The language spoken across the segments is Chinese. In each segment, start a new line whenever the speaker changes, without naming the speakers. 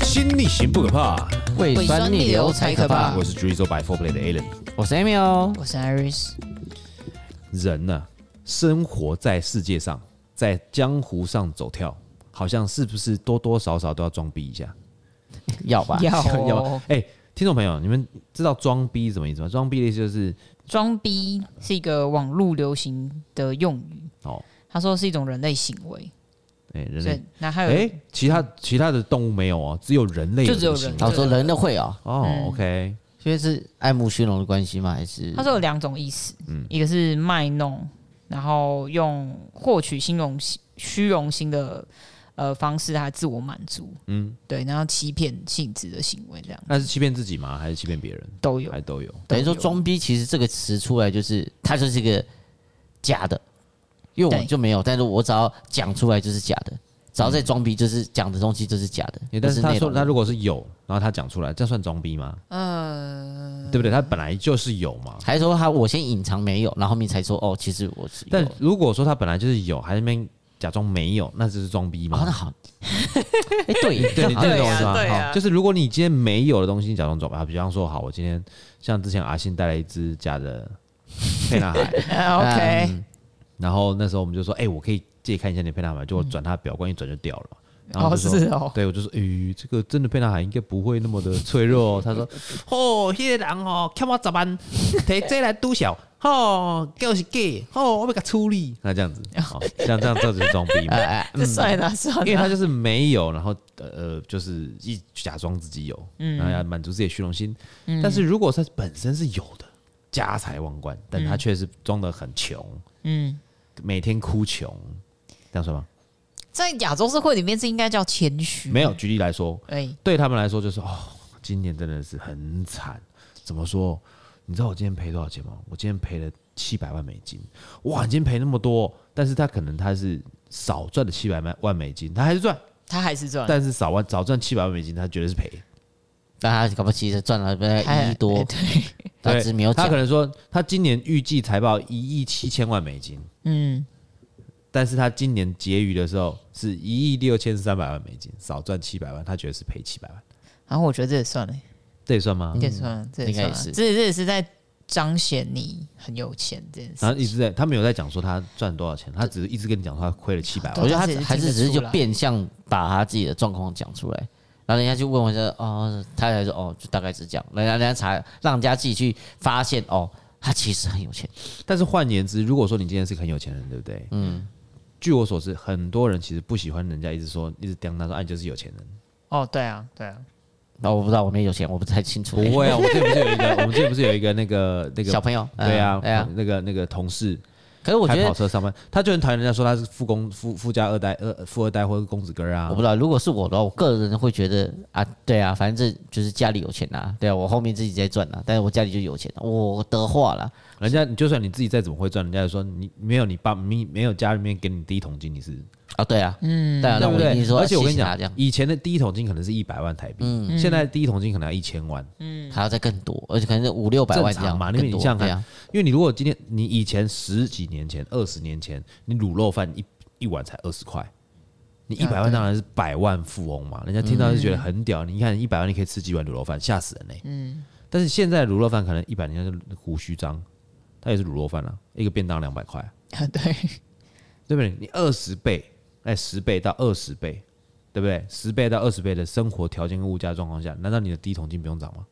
情不可怕，
胃
胃酸
酸逆
逆
流
流
才
才
可
可
怕
怕。
我是 Drizzle by Four Play 的 Alan。
我是 Amy 哦，
我是 Iris，
人呢、生活在世界上，在江湖上走跳，好像是不是多多少少都要装逼一下？
要吧？
要
要
哦
吗哎、听众朋友，你们知道装逼什么意思吗？装逼的意思就是
装逼是一个网络流行的用语，
哦，
他说是一种人类行为，
哎、人
所以
类，
那还有、
哎、其他其他的动物没有哦，只有人类
就
有
只有
这个
人
行为
老说人的会哦，
哦、
嗯
o k
因为是爱慕虚荣的关系吗？还是
他说有两种意思，
嗯
一个是卖弄，然后用获取虚荣心、虚荣心的呃方式，他自我满足，
嗯，
对，然后欺骗性质的行为，这样
那是欺骗自己吗？还是欺骗别人？
都 有
还。都有。
等于说装逼？其实这个词出来就是它就是一个假的，因为我
对
就没有，但是我只要讲出来就是假的，只要在装逼就是讲的东西就是假的。
欸但
不
是他
内
说
容
他如果是有，然后他讲出来，这样算装逼吗？
呃
对不对？他本来就是有嘛。
还说他我先隐藏没有，然后后面才说哦，其实我是有
但如果说他本来就是有，还在那边假装没有，那就是装逼
哦那
嘛。
好，哎对耶
对，你听得懂
对
我
啊
意思吗？
对啊
好就是如果你今天没有的东西，你假装装吧。比方说，好，我今天像之前阿信带了一只假的沛纳海，
啊 OK，、
嗯
然后那时候我们就说，哎、我可以借看一下你的沛纳海，结果转他的表冠一转就掉了。然后
嗯哦
我就说
是哦，
对，我就说，诶、这个真的沛纳海应该不会那么的脆 弱哦。他说，哦，迄、那个人哦，欠我十万，摕这来堵小，哦，叫是假，哦，我要给他处 理。那这样子，哦、这样这样这样就是装逼嘛
哎，哎
这算了算 了，
因为他就是没有，然后呃呃，就是一假装自己有，然后要满足自己的虚荣心。但是如果他本身是有的，家财万贯，但他确实装的很穷，
嗯，
每天哭穷，这样说吗？
在亚洲社会里面是应该叫谦虚，
没有，举例来说，
哎、
对他们来说就是哦，今年真的是很惨。怎么说？你知道我今天赔多少钱吗？我今天赔了七百万美金。哇，你今天赔那么多，但是他可能他是少赚了七百万万美金，他还是赚，
他还是赚，
但是少万少赚七百万美金，他绝对是赔。
但他搞不好其实赚了大呃概一亿
哎
多，
对，
他
对
只是没有
他
讲
可。能说他今年预计财报一亿七千万美金，
嗯。
但是他今年结余的时候是一亿六千三百万美金，少赚七百万，他觉得是赔七百万，
然后我觉得这也算了，
这也算吗
这？也算了，这也
应该
算
也
了，
是
这这也是在彰显你很有钱这件
然后
事。
一直在，他没有在讲说他赚多少钱，他只是一直跟你讲说他亏了七百万。
我觉得
对
他
他
还
自己
是
是
只是
听得
就
出来
变相把他自己的状况讲出来，然后人家就问我说哦，他才说哦，就大概是这样，人家人家才让人家自己去发现哦，他其实很有钱，
但是换言之，如果说你今天是个很有钱人，对不对？嗯。据我所知，很多人其实不喜欢人家一直说，一直刁难说，哎、你就是有钱人。
哦，对啊，对啊，
然后我不知道我没有钱，我不太清楚。欸
不会啊，我们之前不是有 一个，我们之前不是有一个那个那个
小朋友，嗯
对啊，
对啊。
那个那个同事，
可是我觉
开
得
跑，车上班，他就很讨厌人家说他是富公富富家二代二富二代或者公子哥啊。
我不知道，如果是我的话，我个人会觉得啊，对啊，反正这就是家里有钱啊，对啊，我后面自己在赚啊，但是我家里就有钱、我的话啦，
人家你就算你自己再怎么会赚，人家就说你没有你爸你没有家里面给你第一桶金，你是
啊，对啊，嗯，对啊，
对
那
不
我一定
对？
说，
而且我
谢
跟你
谢他
讲
这样，嗯
以前的第一桶金可能是一百万台币，现在第一桶金可能要一千万，
还要再更多，而且可能是五六百万
正常
这样
嘛因为
更
你
多，
想想看
对啊，
因为你如果今天你以前十几年前、二十年前，你卤肉饭一一碗才二十块，你一百万当然是百万富翁嘛，人家听到就觉得很屌。你看一百万你可以吃几碗卤肉饭，吓死人嘞、嗯，但是现在的卤肉饭可能一百年就是胡须章，它也是卤肉饭啊，一个便当两百块啊，
对，
对不对？你二十倍，哎，十倍到二十倍，对不对？十倍到二十倍的生活条件跟物价状况下，难道你的第一桶金不用涨吗？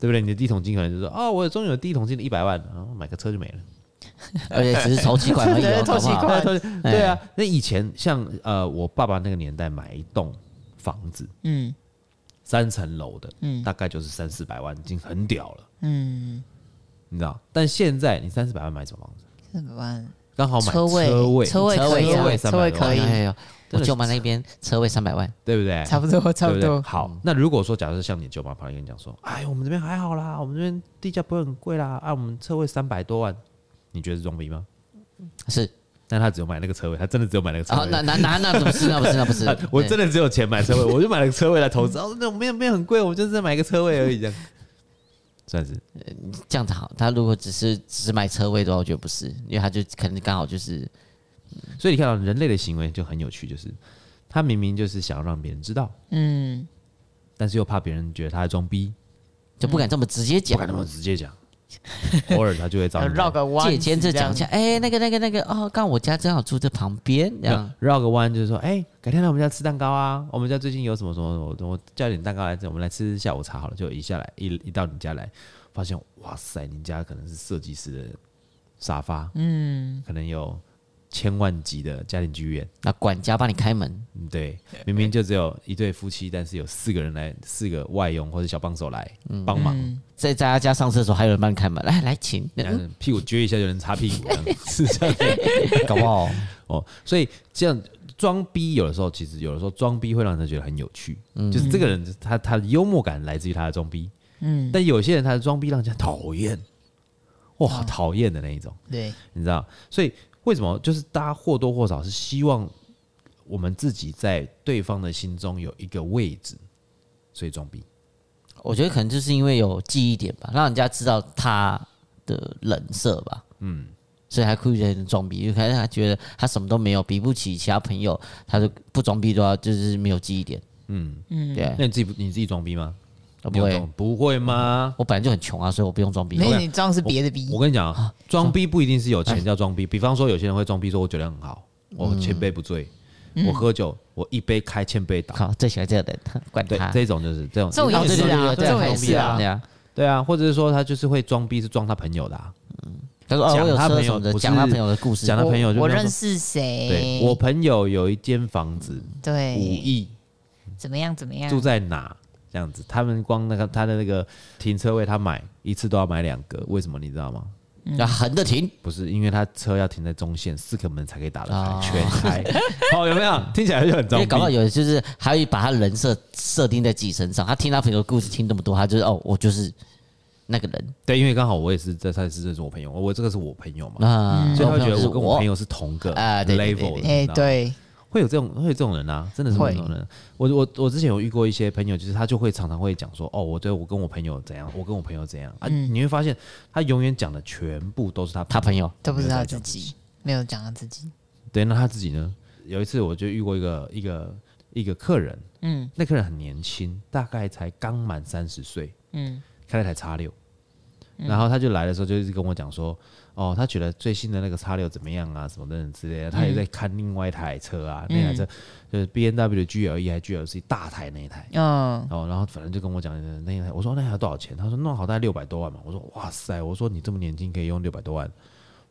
对不对？你的第一桶金可能就是说，哦，我终于有第一桶金的一百万，然后买个车就没了。
而且只是投几款而已、
对
哦，
投
搞
几
不好
款
对对啊，那以前像呃，我爸爸那个年代买一栋房子，
嗯
三层楼的，大概就是三四百万，已经很屌了，
嗯，
你知道？但现在你三四百万买什么房子？
怎么办？
刚好买
车位
位，
车位
车
可以啊
位
车
300
位
万
可以
哎呦，
真的
我
是
舅妈那边车位三百万，
对不对？
差不多，嗯差不
对对
多。
好，那如果说假设像你舅妈旁边跟你讲说，哎，我们这边还好啦，我们这边地价不会很贵啦，啊，我们车位三百多万，你觉得是装逼吗？
是
但他只有买那个车位，他真的只有买那个车
哦
啊，
位。，
那那那那不是那不是那不 是
我真的只有钱买车位，我就买了个车位来投资。哦，那没有没有很贵，我就是买个车位而已，这样算是
对这样子好。他如果只是只买车位的话，我觉得不是，因为他就可能刚好就是
所以你看到人类的行为就很有趣，就是他明明就是想要让别人知道，
嗯，
但是又怕别人觉得他在装逼，
就不敢这么直接
不
讲
敢那，么直接讲。 偶尔他就会找 你
绕个弯，
借签
这
这讲一下，哎，那个那个那个，哦，刚好我家正好住这旁边，这样
绕绕个弯，就是说，哎、改天来我们家吃蛋糕啊！我们家最近有什么什么，我我叫点蛋糕来吃，我们来吃下午茶好了。就一下来，一一到你家来，发现哇塞，你家可能是设计师的沙发，嗯，可能有千万级的家庭剧院，
那管家帮你开门，
嗯， 对，明明就只有一对夫妻，但是有四个人来，四个外佣或者小帮手来
嗯
帮忙，
在在他家上厕所还有人帮你开门，来来请，
然后屁股撅一下就能擦屁股，这 样是这样子
搞不好
哦。所以这样装逼，有的时候其实有的时候装逼会让人觉得很有趣，
嗯
就是这个人他他的幽默感来自于他的装逼，嗯，但有些人他的装逼让人家讨厌，
哦
哇，讨厌的那一种，
对，
你知道？所以为什么就是大家或多或少是希望我们自己在对方的心中有一个位置，所以装逼。
我觉得可能就是因为有记忆点吧，让人家知道他的人设吧。嗯，所以还故意在那装逼，因为可能他觉得他什么都没有，比不起其他朋友，他就不装逼都要就是没有记忆点。嗯嗯，对，
那你自己不你自己装逼吗？
我
你
呃不
有
会
装，不会吗？
我本来就很穷啊，所以我不用装逼。
没有
我
你装的是别的逼，
我跟你讲啊，装逼不一定是有
哎
钱叫装逼。比方说，有些人会装逼说：“我酒量很好，
嗯
我千杯不醉，我喝酒，我一杯开千杯倒。
靠，最喜欢这个人， 管”
对
他，。
这种就是这种，
嗯这种也
哦对对
是
对
啊
对对
这种
对
也是啊
对啊。
对啊，或者是说他就是会装逼，是装他朋友的啊。
他说：“哦，
讲
我有
他
车
朋
什
友
么的，
不是
讲他朋友的故事。
讲他朋友就
我
比方说
认识谁，
对我朋友有一间房子，五
对
亿，
怎么样怎么样
住，在哪？这样子，他们光那个他的那个停车位，他买一次都要买两个，为什么你知道吗？
然后横着停，
不是因为他车要停在中线，四个门才可以打得开，
哦
全开。 哦，有没有？听起来就很
因
装
为
逼。
搞不好有的就是还有把他人设设定在自己身上。他听他朋友的故事听这么多，他就是哦，我就是那个人
对，因为刚好我也是在赛事认识我朋友，我这个是我朋友嘛，
嗯
啊。
所以他会
朋
觉
友就
得
是
我跟我朋友是同个
啊对对对
level 的，你
哎
知，道吗，
对，
会有这种会有这种人啊，真的是会有这种人。我我我之前有遇过一些朋友，就是他就会常常会讲说，哦，我对我跟我朋友怎样，我跟我朋友怎样啊，你会发现他永远讲的全部都是他
嗯他朋友
都不知道自己，没有讲到自己，
对，那他自己呢？有一次我就遇过一个一个一个客人，嗯，那客人很年轻，大概才刚满三十岁，嗯，开了台叉六，然后他就来的时候就一直跟我讲说，哦，他觉得最新的那个叉六怎么样啊，什么等等之类的，他也在看另外一台车啊，那台车就是 B N W G L E 还 G L C 大台那一台。
嗯，
哦，然后反正就跟我讲呃那一台，我说那台多少钱？他说弄好大概六百多万嘛。我说哇塞，我说你这么年轻可以用六百多万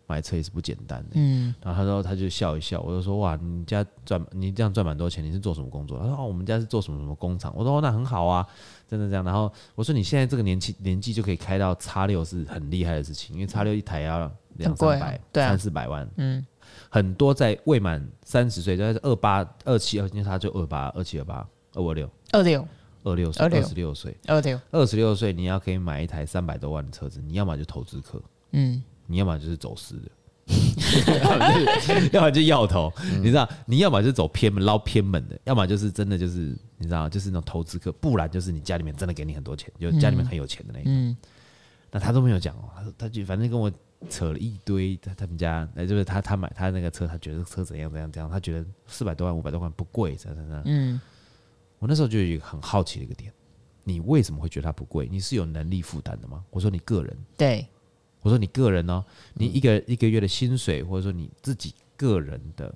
买车也是不简单的。嗯，然后他说他就笑一笑，我就说哇，你家赚你这样赚蛮多钱，你是做什么工作？他说哦，我们家是做什么什么工厂。我说哦，那很好啊，真的这样。然后我说你现在这个年纪年纪就可以开到叉六是很厉害的事情，因为叉六一台要两
很贵
三
啊
百、
对啊
三四百万，嗯。很多在未满三十岁，大概是二八、二七、二，因为他就二八、二七、二八、二五六、
二六
二六岁、二
26
十六岁，
二六，
二十六岁你要可以买一台三百多万的车子，你要么就投资客，
嗯，
你要么就是走私的， 要么就是要么就要头，你知道，你要么就走偏门捞偏门的，要么就是真的就是你知道，就是那种投资客，不然就是你家里面真的给你很多钱，就家里面很有钱的那一种。那他都没有讲哦，他说他就反正跟我扯了一堆，他他们家哎就是他他买他那个车，他觉得这个车怎样怎样怎样，他觉得四百多万五百多万不贵，怎样怎样怎样。嗯，我那时候就有一个很好奇的一个点，你为什么会觉得它不贵？你是有能力负担的吗？我说你个人。
对，
我说你个人呢、你一个、一个月的薪水，或者说你自己个人的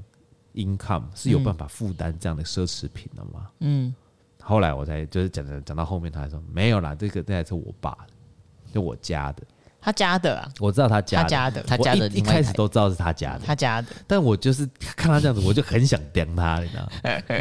income 是有办法负担这样的奢侈品的吗？嗯。后来我才就是讲讲讲到后面，他还说没有啦，这个这台车我爸的，就我家的，
他家的啊，
我知道他家
他
的，
家的，
他家的
我一一
另外一
开始
台
都知道是他家的，
他家的，
但我就是看他这样子，我就很想刁他，你知道吗？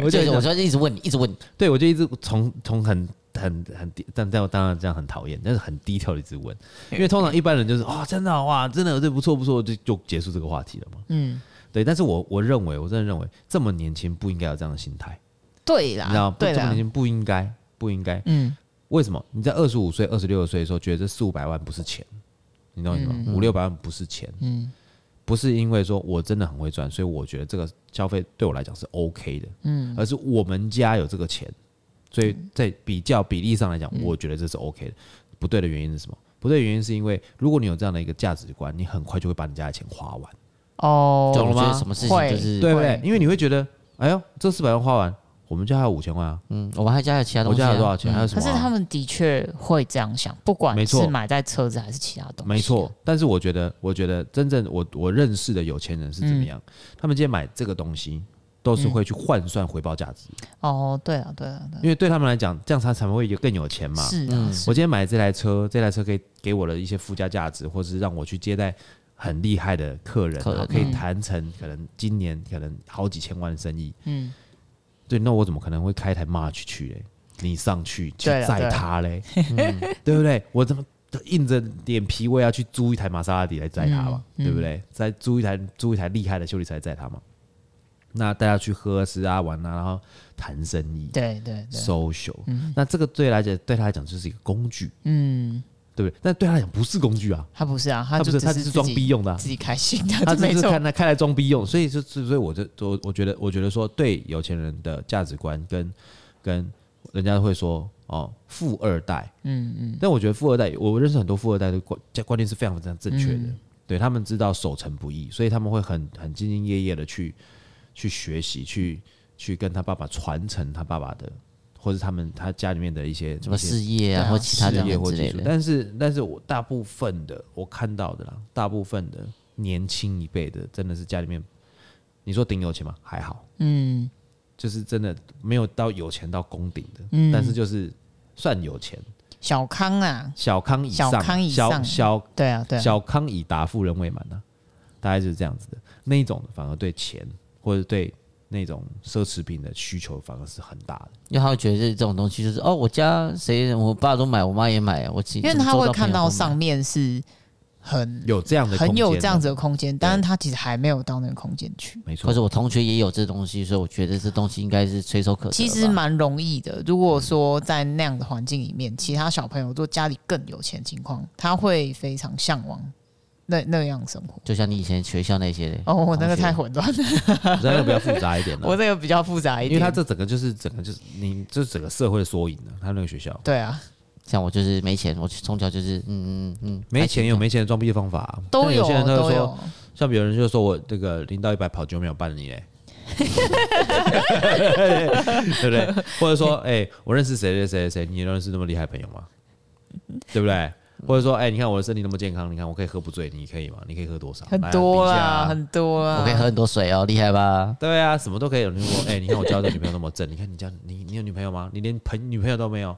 我就
就
很
是
想
我说一直问你，一直问你，
对，我就一直从从很很很低，但但我当然这样很讨厌，但是很低调的一直问，因为通常一般人就是哦，真的哇，真的这不错不错，就就结束这个话题了嘛。
嗯，
对，但是我我认为，我真的认为这么年轻不应该有这样的心态，
对
你知道
啦
吗，？不
啊对
这么
啦
年，轻不应该不应该，
嗯，
为什么？你在二十五岁、二十六岁的时候，觉得这四五百万不是钱，你懂我意思吗？五六百万不是钱，嗯，不是因为说我真的很会赚，所以我觉得这个消费对我来讲是 OK 的，嗯，而是我们家有这个钱，所以在比较比例上来讲，我觉得这是 OK 的。不对的原因是什么？不对的原因是因为如果你有这样的一个价值观，你很快就会把你家的钱花完，
哦，
就我
懂了
觉
吗
得什么事情就
会
是
对不对
会？
因为你会觉得，哎呦，这四百万花完，我们家还有五千万啊，
嗯，我们还加了其他东
我
西、啊，
家有多少钱？还有什
可
么啊？
是他们的确会这样想，不管
没错
是买在车子还是其他东西，啊
没错，，但是我觉得，我觉得真正我我认识的有钱人是怎么样？
嗯
他们今天买这个东西，都是会去换算回报价值，
哦，对了，对了，对
因为对他们来讲，这样他才会有更有钱
了，
嘛。
是啊
嗯，
是
我今天买这台车，这台车可以给我的一些附加价值，或是让我去接待很厉害的客人，
客人
然后可以
嗯
谈成可能今年可能好几千万的生意。
嗯，
对，那我怎么可能会开一台 March 去嘞？你上去去
对了啊对
载
了
它嘞，嗯对不对？我怎么硬着脸皮我也要去租一台玛莎拉蒂来载它嘛，
嗯嗯
对不对？再租一台租一台厉害的修理车来载它嘛。那大家去喝吃啊玩啊，然后谈生意
对对对，
，social。那这个对他来讲，对他来讲就是一个工具，
嗯，
对不对？但对他来讲不是工具啊，
他不是啊，
他
就
不
只
是，他只
自
是
己
装逼用的啊、
自己开心的，
他只
没
是
错
看，他开来装逼用，所以就是所以我就我我觉得我觉得说对有钱人的价值观跟跟人家会说哦富二代，
嗯嗯，
但我觉得富二代，我认识很多富二代的观观念是非常非常正确的，
嗯
对他们知道守成不易，所以他们会很很兢兢业业的去去学习，去去跟他爸爸传承他爸爸的，或是他们他家里面的一些
什么
一些
事业
对
啊，
啊
或其他这
事业
样
或
之
技
类
术，
的。
但是但是我大部分的我看到的啦，大部分的年轻一辈的真的是家里面，你说顶有钱吗？还好，嗯，就是真的没有到有钱到攻顶的，
嗯
但是就是算有钱，
小康啊，
小康以上，
小康以上
小
对啊对
小小
啊，
康以达富人未满啊，大概就是这样子的。那一种反而对钱或者对那种奢侈品的需求反而是很大的。
因为他会觉得这种东西就是哦，我家谁我爸都买，我妈也买，我自己
因为他会看到
怎么
上面是很
有这样的空
很有
间
这样
的
子的空间，但是他其实还没有到那个空间去。
没
做
错
到朋友都买，或者，我同学也有这东西，所以我觉得这东西应该是垂手可得吧。
其实蛮容易的。如果说在那样的环境里面，其他小朋友做家里更有钱的情况，他会非常向往那那样生活。
就像你以前学校那些的，
哦，我那个
同学
太混乱了，
这样比较复杂一点了。
我这个比较复杂一
因为
点。
他这整个就是整个就是你就是整个社会的缩影啊，他那个学校
对啊，
像我就是没钱，我从小就是嗯嗯嗯，
没钱有没钱的装逼的方法啊、
都
像
有
有些人他
都
就
有
说，，像有人就说我这个零到一百跑九秒半你嘞，对不对？或者说，哎、我认识谁谁谁谁，你也认识那么厉害的朋友吗？对不对？或者说，哎、你看我的身体那么健康，你看我可以喝不醉，你可以吗？你可以喝多少？
很
来啊
多
比一下
啦，
啊
很多啦。
我可以喝很多水哦，厉害吧？
对啊，什么都可以有人说，哎、你看我交的女朋友那么正，你看你交你你有女朋友吗？你连朋女朋友都没有，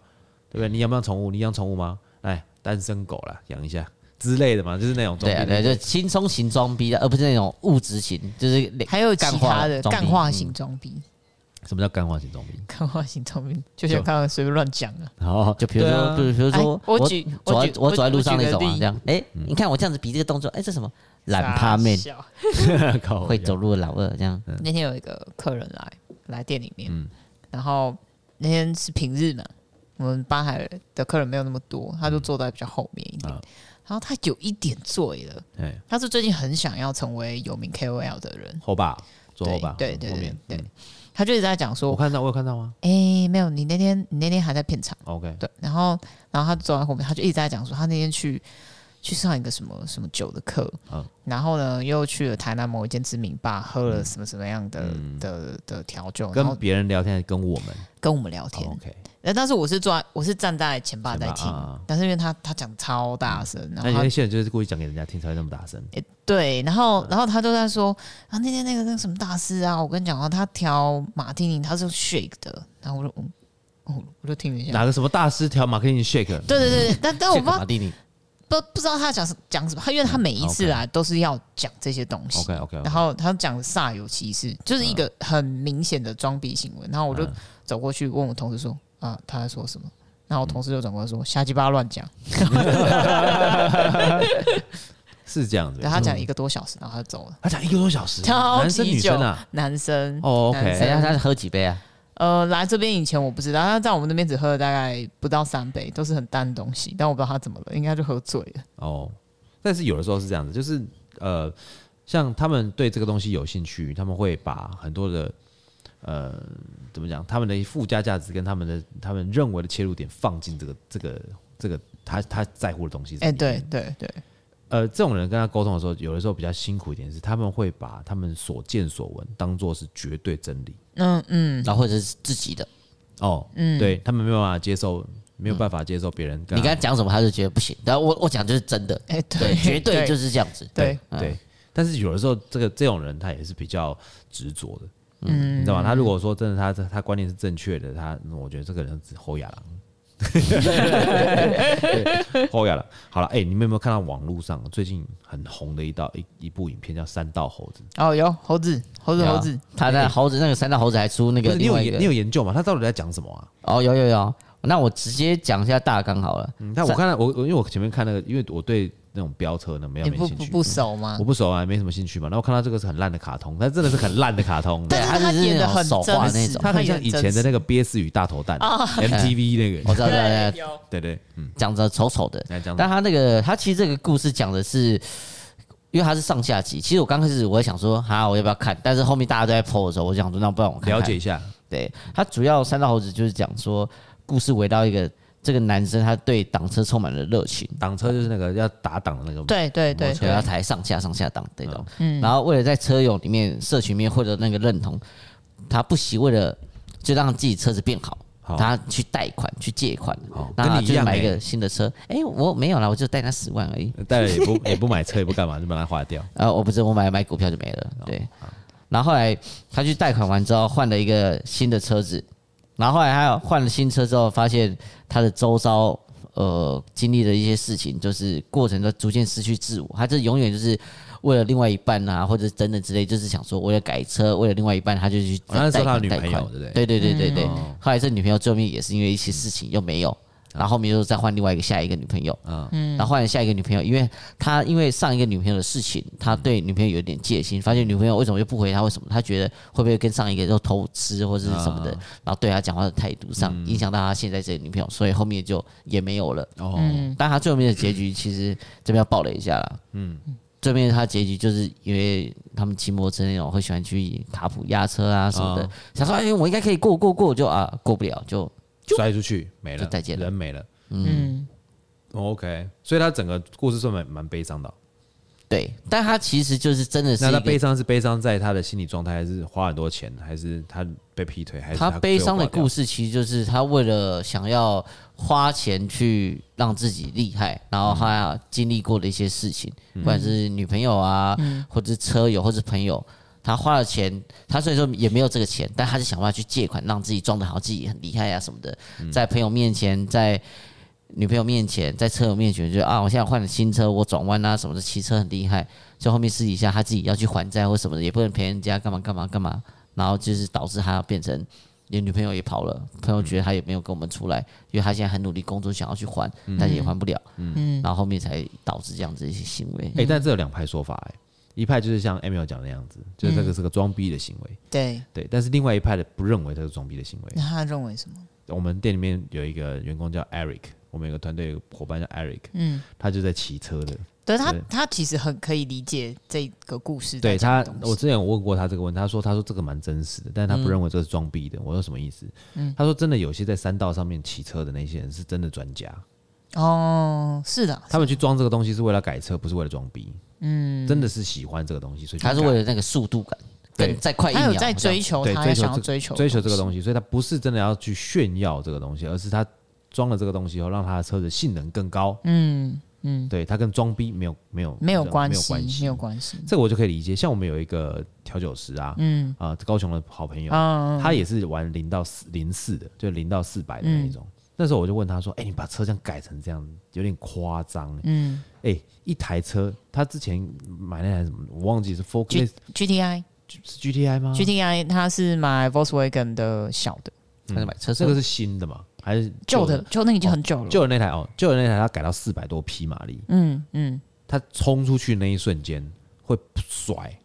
对不对？你养不养宠物？你养宠物吗？哎，单身狗啦，养一下之类的嘛，就是那种
对啊，
装逼
对啊，
的
就轻松型装逼的，而不是那种物质型，就是
还有其他
干话装
的
嗯逼
干化型装逼，啊嗯
什么叫干话型装逼？
干化型装逼，就像刚刚随便乱讲啊。
然后
就比如
对
说，
啊
比如比如
哎
说，
我举
走在
举
我走在路上那种
我
啊，这
举个例
样，哎，
嗯
你看我这样子比这个动作，哎，这什么懒趴妹
傻笑
靠
会走路的老二这样，
那天有一个客人来来店里面，
嗯
然后那天是平日嘛，我们吧台的客人没有那么多，他就坐在比较后面一点，
啊
然后他有一点醉了，
哎
他是最近很想要成为有名 KOL 的人，
后爸坐后
对
爸
对对
后
对
面
对
嗯，
他就一直在讲
我
说，
看到我有看到吗
哎、没有，你那天你那天还在片场，
？OK，
对，然后然后他走在后面，他就一直在讲说，他那天去。去上一个什么什么酒的课，
啊
然后呢，又去了台南某一间知名吧，喝了什么什么样的、的的调酒，然后
嗯跟别人聊天还是跟我们哦
跟我们聊天。
？OK，
那、但是我是坐在，我是站在前吧在
前吧
听，
啊嗯
但是因为他他讲超大声，
那
然后
哎有
他
些些人就是故意讲给人家听才会那么大声，
对，然后
嗯
然后他就在说啊，那天那个那个什么大师啊，我跟你讲啊，他调马丁尼他是用 shake 的，然后我就嗯，哦，我就听了一下
哪。个什么大师调 marketing shake？
对对对，对但但我
谢
不知
马
道
蒂尼，
不不知道他讲什讲什么，他因为他每一次
嗯
来都是要讲这些东西
OK OK，
然后他讲的煞有其事，就是一个
嗯
很明显的装逼行为。然后我就走过去问我同事说：“啊，他在说什么？”然后我同事就转过来说：“瞎鸡巴乱
嗯
讲。
是这样”子。嗯
然后他讲一个多小时，然后他就走了。
他讲一个多小时，
超
男生
级
女
久
生啊？，
男生
哦，OK
男
哎，他
生
他喝几杯啊？
呃，来这边以前我不知道，他在我们那边只喝了大概不到三杯，都是很淡的东西。但我不知道他怎么了，应该就喝醉了。
哦，但是有的时候是这样子，就是呃，像他们对这个东西有兴趣，他们会把很多的呃，怎么讲，他们的附加价值跟他们的他们认为的切入点放进这个这个这个他他在乎的东西。
哎、对，对对，
呃，这种人跟他沟通的时候，有的时候比较辛苦一点是，他们会把他们所见所闻当做是绝对真理。
嗯嗯，
然后或者是自己的，
哦，嗯，对他们没有办法接受，没有办法接受别人跟
你
他。
跟他讲什么，他就觉得不行。然后我我讲就是真的，
哎，
对，绝对就是是这样子。
对，
嗯
对，但是有的时候这个这种人他也是比较执着的，嗯，你知道吗？他如果说真的他他观念是正确的，他那我觉得这个人是侯 亚郎。侯亚郎，好了，哎、你们有没有看到网络上最近很红的一道一一部影片叫《三道猴子》？
哦，有猴子，猴子，
有啊
猴子，
他那猴子那个三大猴子还出那
不
个
是你
另
有
外一
研你有
个
研究吗？他到底在讲什么啊？
哦，有有有。那我直接讲一下大纲好了。
嗯，但我看到我我因为我前面看那个，因为我对那种飙车呢没有
你
没
不
兴
不
趣，
不熟吗
我？不熟啊，没什么兴趣嘛。然后我看到这个是很烂的卡通，但真的是很烂的卡通，
对
但是他
他只是
演
那
的
种
很
手
真
画
实，
那种
它很
演
像
得
以
真
前的
实
那个憋死与大头蛋 MTV 那
哦 我
个，
知道，知道，知道
有
对对，嗯，
讲着丑丑的。
来讲
但他那个，他其实这个故事讲的是，因为他是上下集。其实我刚开始我也想说，哈，我要不要看？但是后面大家都在 PO 的时候，我就想说，那不然我看看
了解一下，
对他主要三道猴子就是讲说，故事围绕一个这个男生，他对挡车充满了热情，
挡车就是那个要打挡的那个，
对对对
所以他
对，
才上下上下挡这种。
嗯
然后为了在车友里面、社群里面获得那个认同，他不惜为了就让自己车子变好。
好
他去贷款，去借款
好，
然后
跟你一
去
样
买一
欸
个新的车。哎、我没有啦，我就贷他十万而已。
但也不也不买车，也不干嘛，就把它花掉。
呃，我不是，我买买股票就没了。对，
哦
然后后来他去贷款完之后，换了一个新的车子，然后后来他有换了新车之后，发现他的周遭呃经历的一些事情，就是过程中逐渐失去自我，他这永远就是。为了另外一半啊，或者等等之类，就是想说为了改车，为了另外一半，他就去
哦那时
贷
候他有
款
女
贷
朋友
款，
对不对
对对对对对
哦
后来这女朋友最后面也是因为一些事情又没有，
嗯
然后后面又再换另外一个下一个女朋友，嗯，然后换了下一个女朋友，因为他因为上一个女朋友的事情，他对女朋友有点戒心，发现女朋友为什么就不回他，为什么他觉得会不会跟上一个又偷吃或者是什么的，然后对他讲话的态度上影响到他现在这个女朋友，所以后面就也没有了。
哦，
嗯
但他最后面的结局其实这边要爆雷一下啦，嗯，这边他结局就是因为他们骑摩托车那种会喜欢去卡普压车啊什么的
啊，
想说哎我应该可以过过过就啊过不了就
摔出去没了，
就再见了
人没了。
嗯，
哦 OK，所以他整个故事算蛮蛮悲伤的哦。
对，但他其实就是真的是
那
一
他
个
悲伤是悲伤在他的心理状态，还是花很多钱，还是他被劈腿，还是
他悲伤的故
事？
事其实就是他为了想要花钱去让自己厉害，然后他经历过的一些事情，
嗯
不管是女朋友啊，或者是车友，或者是朋友，他花了钱，他虽然说也没有这个钱，但他就想办法去借款，让自己装的好，自己很厉害啊什么的，
嗯
在朋友面前，在。女朋友面前，在车友面前，就啊，我现在换了新车，我转弯啊什么的，骑车很厉害。就后面私底下他自己要去还债或什么的，也不能陪人家干嘛干嘛干嘛，然后就是导致他变成连女朋友也跑了，朋友觉得他也没有跟我们出来，因为他现在很努力工作，想要去还，但是也还不了，嗯，然后后面才导致这样子的一些行为。
哎、但这有两派说法、哎，一派就是像 Emil 讲的那样子，就是
嗯
这个是个装逼的行为，
对。
对。但是另外一派的不认为这是装逼的行为
那，他认为什么？
我们店里面有一个员工叫 Eric，我们有个团队有个伙伴叫 Eric，
嗯，
他就在骑车的。
对他
对，
他其实很可以理解这个故事在
对
讲的
他
东西。，
我之前有问过他这个问题，他说他说这个蛮真实的，但是他不认为这是装逼的。我说什么意思？他说真的，有些在山道上面骑车的那些人是真的专家，
哦，是的，
他们去装这个东西是为了改车，不是为了装逼。嗯，真的是喜欢这个东西，所以去
他是为
改
了那个速度感，
对
更再快一
他
秒，
有在追求
对
他
追求
想要
这
追求的
追求这个东西，所以他不是真的要去炫耀这个东西，而是他装了这个东西以后，让他的车子性能更高。嗯嗯，对他跟装逼没有没有
没有关
没有
系，
关系
没有关系。
这个我就可以理解。像我们有一个调酒师啊，嗯啊、高雄的好
嗯
朋友，他也是玩零到四零四的，就零到四百的那
嗯
一种。那时候我就问他说：“哎、你把车这样改成这样，有点夸张、嗯，哎、一台车，他之前买那台什么，我忘记是 Focus
GTI
是 GTI
啊
吗
GTI 它是买 Volkswagen 的小的，
他在买车
这个
车，
是新的嘛？还是
旧的？旧的已经很久了。
旧的那台哦，旧的那台它改到四百多匹马力，
嗯嗯，
它冲出去那一瞬间会甩，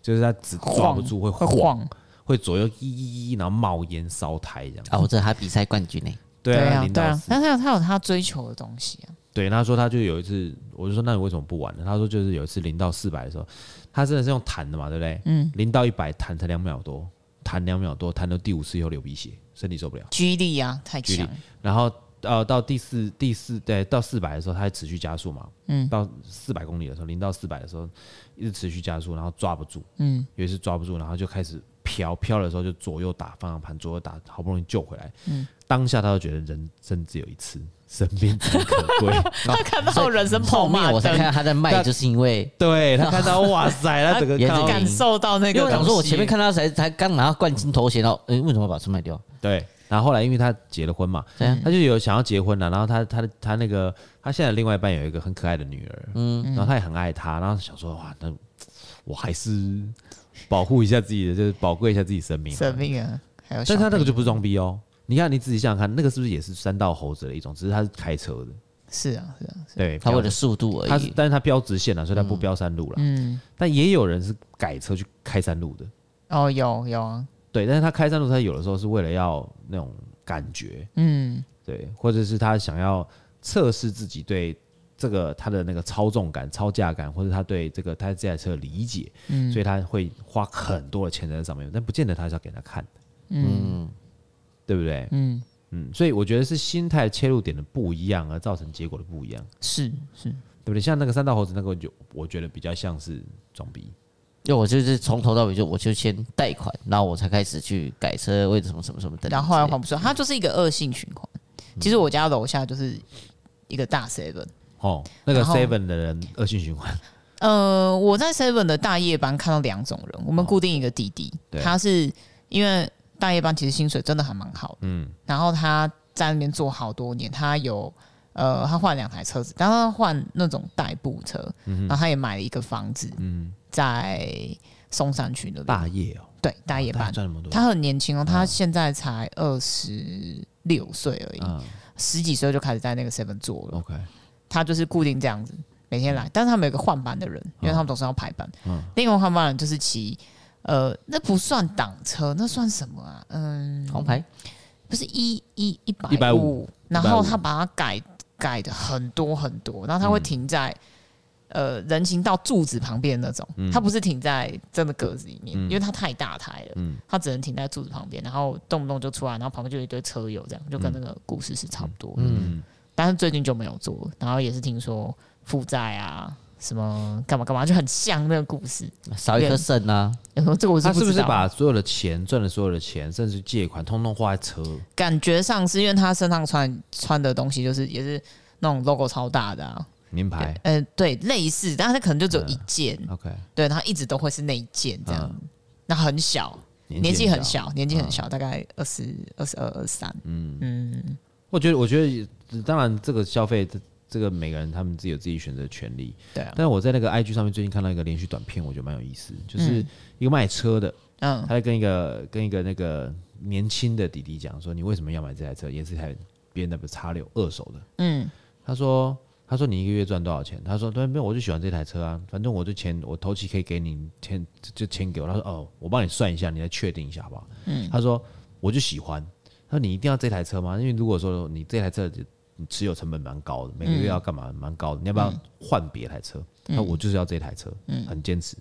就是它只抓不住会
会
晃，
晃，
会左右一一一，然后冒烟烧胎这样。
啊，我这还比赛冠军呢、
哦对啊，
啊
零
对
到
啊，
四。
但他有他有他追求的东西啊。
对，他说他就有一次，我就说那你为什么不玩呢？他说就是有一次零到四百的时候，他真的是用弹的嘛，对不对？嗯，零到一百弹才两秒多，弹两秒多，弹到第五次以后流鼻血，身体受不了。
G 力啊，太
举
强
例，然后呃到第四第四对到四百的时候，它还持续加速嘛，
嗯
到四百公里的时候，零到四百的时候一直持续加速，然后抓不住，
嗯，
有一次抓不住，然后就开始飘，飘的时候就左右打方向盘，左右打，好不容易救回来，
嗯
当下他就觉得人生只有一次，生命诚可贵，
他看到人生跑
后
马
面我才看
灯，
到他在卖，就是因为
对他看到哇塞，他整个
也
看
是
到
啊感受到那
因为
个东
我想
西。
说，我前面看他才才刚拿到冠军头衔，然后诶，为什么把车卖掉？
对，然后后来因为他结了婚嘛，
对啊
他就有想要结婚啊了，然后他他他那个他现在另外一半有一个很可爱的女儿，嗯，然后他也很爱她，然后想说哇，那我还是保护一下自己的，就是宝贵一下自己生命。
生命啊，还有小
但
朋
他那
友，
个就不是装逼哦，你看你仔细想想看，那个是不是也是三道猴子的一种？只是他是开车的，
是啊是啊，
对，
他为了
标
速度而
他是
已，。
但是他标直线了，啊所以他不标山路了。
嗯，
但也有人是改车去开山路的，
哦有有啊，
对，但是他开山路，他有的时候是为了要那种感觉，
嗯
对，或者是他想要测试自己对这个他的那个操纵感、超驾感，或者他对这个他这台车的理解，
嗯，
所以他会花很多的钱在这上面，但不见得他是要给他看的，
嗯，
对不对？
嗯
嗯，所以我觉得是心态切入点的不一样，而造成结果的不一样，
是是，
对不对？像那个三道猴子那个就，我觉得比较像是装逼，
因为我就是从头到尾就我就先贷款，然后我才开始去改车，为什么什么什么等等之类的。
然后后来还不出来，它就是一个恶性循环。
嗯
其实我家楼下就是一个大 seven，
哦，那个
然后
seven 的人恶性循环，
呃，我在 Seven 的大夜班看到两种人，我们
哦
固定一个弟弟，
对
他是因为大夜班其实薪水真的还蛮好的，
嗯
然后他在那边做好多年，他有呃，他换两台车子，但他换那种代步车，
嗯
然后他也买了一个房子
嗯，
在松山区那边，
大业哦，
对，大夜
大嗯
班
业，赚那么多，
他很年轻哦，他现在才二十六岁而已，
嗯哦
十几岁就开始在那个 Seven 做了，
，OK，
他就是固定这样子每天来，但是他们有一个换班的人，因为他们总是要排班。
嗯
另外换班的人就是骑，呃，那不算挡车，那算什么啊？嗯，
红牌，
不是一一一百
150
五，然后
150
他把它改改的很多很多，然
嗯
后他会停在、呃人行道柱子旁边那种，
嗯
他不是停在真的格子里面，因为它太大台了，
嗯
他只能停在柱子旁边，然后动不动就出来，然后旁边就有一堆车友，这样就跟那个故事是差不多的。
嗯，
但是最近就没有做了，然后也是听说负债啊，什么干嘛干嘛，就很像那个故事。
少一颗肾啊，
然后这个我
他
不
是不
知
是
道，啊
把所有的钱赚的所有的钱，甚至借款，通通花在车？
感觉上是因为他身上穿穿的东西就是也是那种 logo 超大的啊，
名牌
呃，对，类似，但是他可能就只有一件，
，OK，
对，然后一直都会是那一件这样，那很小，年纪很，小，年纪很小，大概二十二十二二三，
我觉得，我觉得，当然这个消费，这这个每个人他们自己有自己选择的权利。
对啊，
但是我在那个 IG 上面最近看到一个连续短片，我觉得蛮有意思，就是一个卖车的，
嗯
他在跟一个跟一个那个年轻的弟弟讲说，你为什么要买这台车？也是一台 B N W 叉六二手的。
嗯
他说。他说你一个月赚多少钱？他说对，没有，我就喜欢这台车啊，反正我就钱，我头期可以给你，钱就钱给我。他说哦，我帮你算一下，你再确定一下好不好？
嗯
他说我就喜欢。他说你一定要这台车吗？因为如果说你这台车你持有成本蛮高的，每
嗯
个月要干嘛蛮高的，你要不要换别台车？他说我就是要这台车，
嗯
很坚持。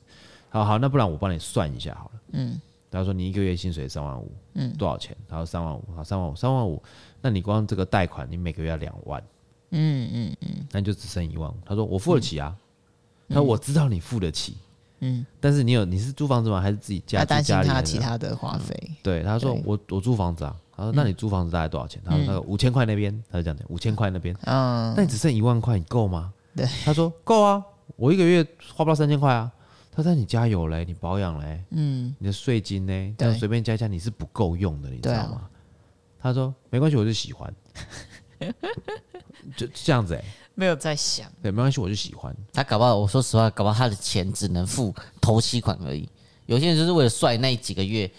他说好，那不然我帮你算一下好了。嗯，他说你一个月薪水三万五，嗯，多少钱？他说三万五，好，三万五，三万五，那你光这个贷款，你每个月要两万。
嗯嗯嗯，
那你就只剩一万五。他说我付得起啊，他说我知道你付得起，嗯
嗯，
但是你有你是租房子吗？还是自己家
他担
住
心
家里
他
还是
其？他的花费，
对，他说
对嗯
我我租房子啊。他说那你租房子大概多少钱？他说那个五千块那边，他就这样讲五千块那边，
嗯，
那你只剩一万块，你够吗？
对，
他说够啊，我一个月花不到三千块啊。他说你加油嘞，你保养嘞，嗯，你的税金呢，这样
对
随便加一加你是不够用的，你知
对啊
道吗？他说没关系，我就喜欢， 就就这样子哎、
没有在想，
对，没关系，我就喜欢。
他搞不好，我说实话，搞不好他的钱只能付头期款而已。有些人就是为了帅那几个月，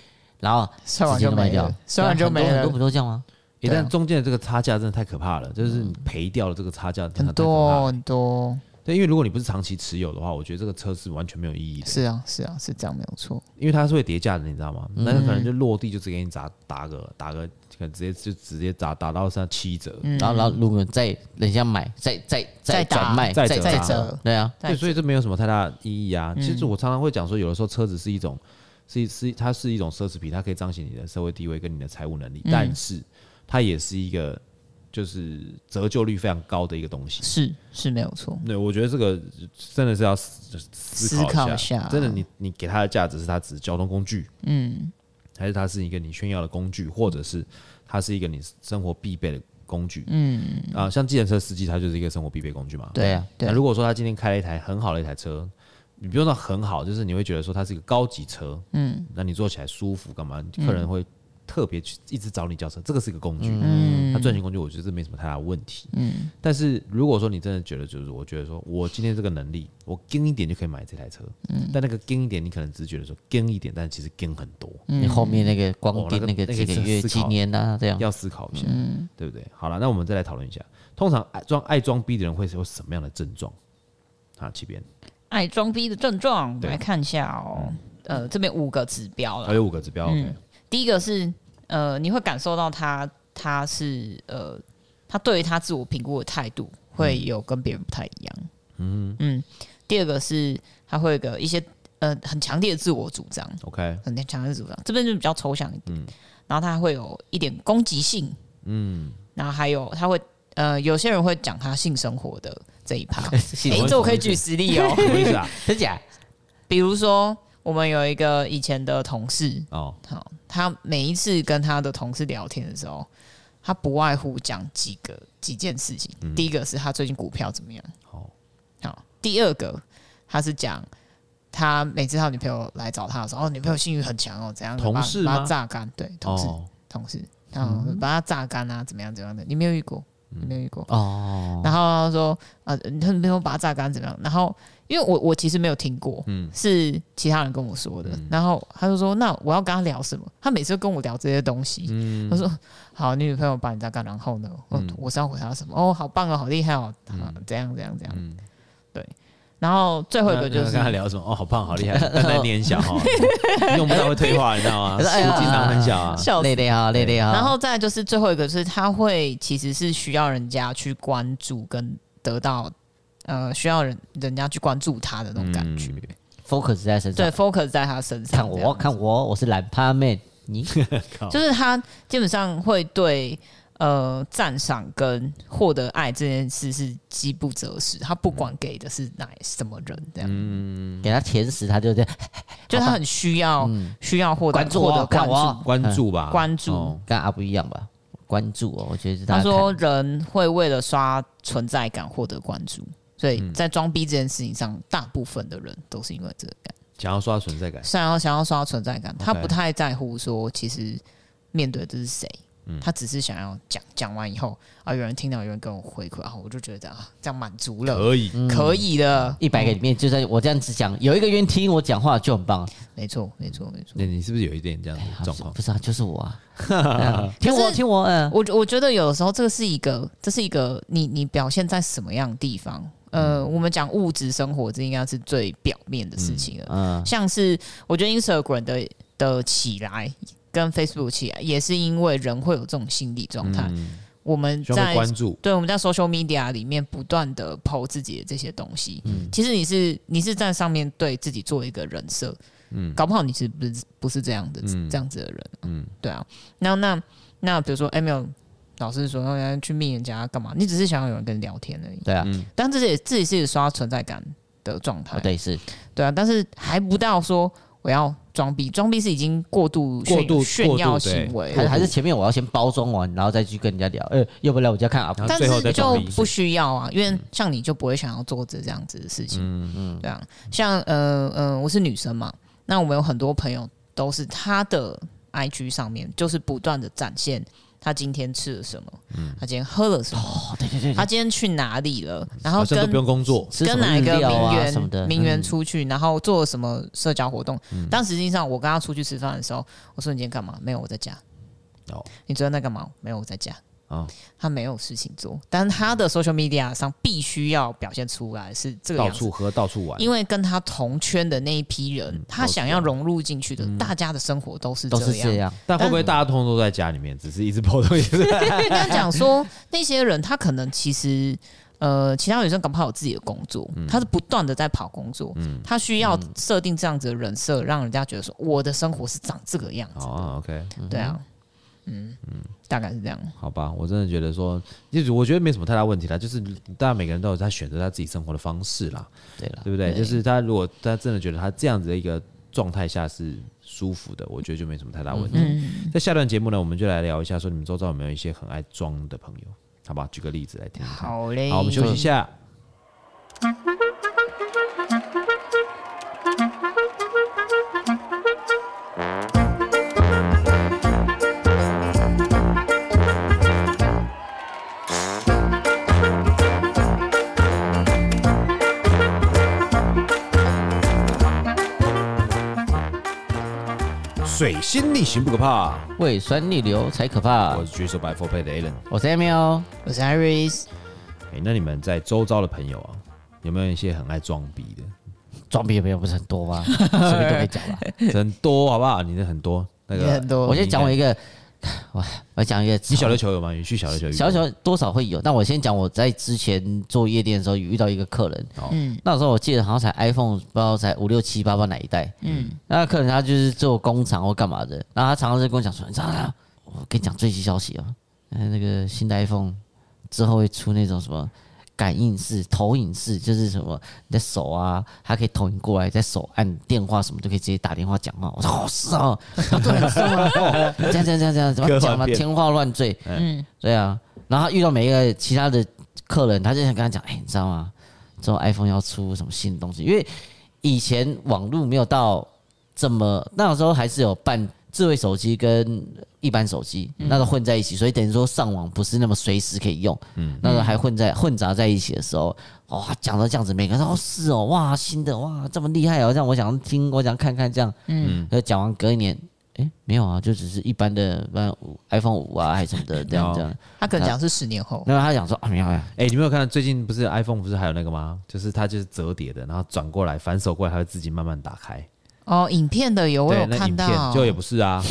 然后
算完
直接
就
就卖
没
掉
了，，算完就
很多
没
很
了
多。不都这样吗？
一
对啊
旦中间的这个差价真的太可怕了，就是你赔掉了这个差价，真
很
的太可怕
多哦
了。
很多，
对，因为如果你不是长期持有的话，我觉得这个车是完全没有意义的，
是啊是啊是这样没有错，
因为它是会叠价的，你知道
嗯
吗？那个可能就落地就直接给你砸打个打个，可能直接就直接砸打到上七折。
然后，然后如果再人家买，再再
嗯再打
转卖，
再折
再
啊
折，嗯对啊，
对，
对，
所以这没有什么太大的意义啊。其实我常常会讲说，有的时候车子是一种，是是它是一
嗯
种奢侈品，它可以彰显你的社会地位跟你的财务能力，但是它也是一个。就是折旧率非常高的一个东西。
是是没有错，
对，我觉得这个真的是要思就是思考一
思考一下
真的你你给它的价值是它只是交通工具，嗯，还是它是一个你炫耀的工具，或者是它是一个你生活必备的工具，嗯啊，像计程车司机他就是一个生活必备工具嘛，
对啊，
对
那如果说他今天开了一台很好的一台车，你不用到很好，就是你会觉得说它是一个高级车，嗯，那你坐起来舒服，干嘛？客人会特别去一直找你叫车，这个是一个工具，嗯，它赚钱工具，我觉得这没什么太大的问题，嗯。但是如果说你真的觉得就是，我觉得说我今天这个能力，我跟一点就可以买这台车，嗯，但那个跟一点，你可能只是觉得说跟一点，但其实跟很多，
嗯
你后面那个
哦
光
那
电
个
那个
那个
几个
是
月、
思
几
考
年啊，这 样
要思考一下，对不对？好了，那我们再来讨论一下，通常爱装爱装逼的人会有什么样的症状？啊，这边
爱装逼的症状，我们
对嗯
来看一下哦。呃，这边五个指标
还
了。
有五个指标，OK，
第一个是呃，你会感受到他他是呃，他对于他自我评估的态度会有跟别人不太一样。嗯嗯。第二个是他会有一个一些呃很强烈的自我主张，
OK，
很强烈的主张，这边就比较抽象一
嗯
点。然后他会有一点攻击性，嗯，然后还有他会呃，有些人会讲他性生活的这一 趴。
是
哎、
什么
这我可以举实例哦，
什么意思 啊？
真假？
比如说我们有一个以前的同事，
哦，
好，他每一次跟他的同事聊天的时候，他不外乎讲几个几件事情。第一个是他最近股票怎么样，
嗯好，
好，第二个他是讲他每次他女朋友来找他的时候，哦，女朋友性欲很强哦，怎样的
同
把
事
把
吗
他榨干，对，同事、
哦，
同事，然后
嗯
把他榨干啊，怎么样怎么样的，你没有遇过，你没有遇过。
哦，
然后他说，呃，他女朋友把他榨干怎么样？然后因为我我其实没有听过，
嗯
是其他人跟我说的。然后他就说，那我要跟他聊什么？他每次都跟我聊这些东西。
嗯
他说，好，你女朋友把你榨干，然后呢？我、我是要回答什么？哦，好棒哦，好厉害哦，
嗯
啊怎样怎样怎样。对。然后最后一个就
那
是
跟他聊什么？哦，好胖，好厉害，但他脸很小 哈，用不到会退化，你知道吗？
可是哎呀
经常很小啊。
笑死
累累啊，累累啊。
然后再来就是最后一个是，他会其实是需要人家去关注跟得到，呃，需要人人家去关注他的那种感觉，
focus 在身
对
上，
，focus 在他身上
嗯看
这样子。
我，看我，我是懒趴妹，你
就是他基本上会对呃赞赏跟获得爱这件事是饥不择食，他不管给的是哪什么人，这样，
嗯
嗯
给他甜食，他就这样。
就是他很需要、需要获得
嗯关注
获
我
得关
看我
注。
关注吧，
关注
哦
跟阿不一样吧？关注哦，我觉得
他
大家
说
看
人会为了刷存在感获得关注，所
嗯
以在装逼这件事情上，大部分的人都是因为这个感，
想要刷存在感。
想要想要刷存在感，他
OK
不太在乎说其实面对的是谁。
嗯
他只是想要讲，讲完以后啊，有人听到，有人跟我回馈啊，我就觉得啊，这样满足了，
可以，
可以的，
一百个里面，就算我这样子讲，有一个愿意听我讲话就很棒。
没错，没错，没错。
那你是不是有一点这样的状况？
不是啊，就是我啊，对啊听我听我，嗯，
我我觉得有的时候这个是一个，这是一个你你表现在什么样的地方？呃，
嗯
我们讲物质生活，这应该是最表面的事情了。
嗯
像是我觉得 Instagram 的的起来跟 Facebook 起来，也是因为人会有这种心理状态。我们
需要嗯被
在
关注，
对，我们在 social media 里面不断的剖自己的这些东西，
嗯
其实你是你是在上面对自己做一个人设，嗯，搞不好你是不是不是这样的、这样子的人，嗯，对啊，那那那比如说，哎、没有，老师说哎去命人家干嘛？你只是想要有人跟你聊天而已，
对啊，
但这也自己是刷存在感的状态，
哦
啊
对是，
对啊，但是还不到说我要装逼，装逼是已经过度炫
过度
炫耀
过度对
行为
还是
了，
还是前面我要先包装完，然后再去跟人家聊，呃，要不然我家看阿不
然后
但
最后
是
再
就
装逼
不需要啊，因为
嗯
像你就不会想要做这这样子的事情，嗯嗯，对啊，像呃呃，我是女生嘛，那我们有很多朋友都是她的 IG 上面就是不断的展现她今天吃了什么，
嗯
她今天喝了什么，
哦，对对对，
她今天去哪里了，然后
好像都
跟
不用工作，
吃什
跟
么
哪一
日
个
料
名
啊
媛、
什么的，
名媛
嗯
出去，然后做什么社交活动？但实际上，我跟他出去吃饭的时候，我说你今天干嘛？没有，我在家。
哦
你昨天在干嘛？没有，我在家。
哦
他没有事情做，但是他的 social media 上必须要表现出来是这个
哦到
样子
处，喝，到处玩，
因为跟他同圈的那一批人，
嗯
他想要融入进去的，大家的生活都是
都
这
是这
样。
样，
但会不会大家通通都在家里面，只是一直跑东 西？
跟他讲说，那些人他可能其实。呃，其他女生搞不好有自己的工作，
嗯
她是不断的在跑工作，她需要设
啊
定这样子的人设，让人家觉得说我的生活是长这个样子，
哦，OK，
对啊，
嗯
大概是这样。
好吧，我真的觉得说，就是我觉得没什么太大问题啦，就是大家每个人都有他选择他自己生活的方式啦，
对了，
对不对？就是他如果他真的觉得他这样子的一个状态下是舒服的，我觉得就没什么太大问题。在下段节目呢，我们就来聊一下，说你们周遭有没有一些很爱装的朋友？好吧，举个例子来听听看。
好嘞，
好，我们休息一下。水星逆行不可怕，
胃酸逆流才可怕
我。是举手摆 for play 的 Alan。
我是 Emil，
我是 Iris，
哎、那你们在周遭的朋友啊，有没有一些很爱装逼
装逼的朋友不是很多吗？所以都可以讲吧。
的？很多，好不好？你的很多那
也
个
很，多。
我先讲我一个， 我我讲一个，
你小琉球有吗？你去小琉球遇过
小小多少会有，但我先讲我在之前做夜店的时候有遇到一个客人，
哦
那时候我记得好像才 iPhone 不知道才五六七八不知道哪一代，嗯，那客人他就是做工厂或干嘛的，然后他常常就跟我讲说，你知道吗？我跟你讲最新消息哦、呃那个新的 iPhone 之后会出那种什么。感应式、投影式，就是什么你的手啊，它可以投影过来，在手按电话什么就可以直接打电话讲话。我说哦是哦，他对很深啊，哦这样这样这样这样，怎么
科幻
讲了
片
天花乱坠，
哎
嗯，
对啊，然后他遇到每一个其他的客人，他就想跟他讲，哎、你知道吗？之后 iPhone 要出什么新的东西？因为以前网络没有到这么，那时候还是有办智慧手机跟一般手机，那时候混在一起，所以等于说上网不是那么随时可以用。嗯，那时候还混在混杂在一起的时候，哇、讲到这样子，每个人说哦是哦，哇，新的哇，这么厉害哦，这样我想听，我想看看这样。嗯，然后讲完隔一年。哎、没有啊，就只是一般的，不然 iPhone 五啊，还是什么的，这样这样。
他可能讲是十年后，
然后他讲说啊，没有呀，
哎、你没有看到最近不是 iPhone 不是还有那个吗？就是它就是折叠的，然后转过来反手过来，它会自己慢慢打开。
哦，影片的有我
对，
有
那
看
影片
到，
就也啊不是啊，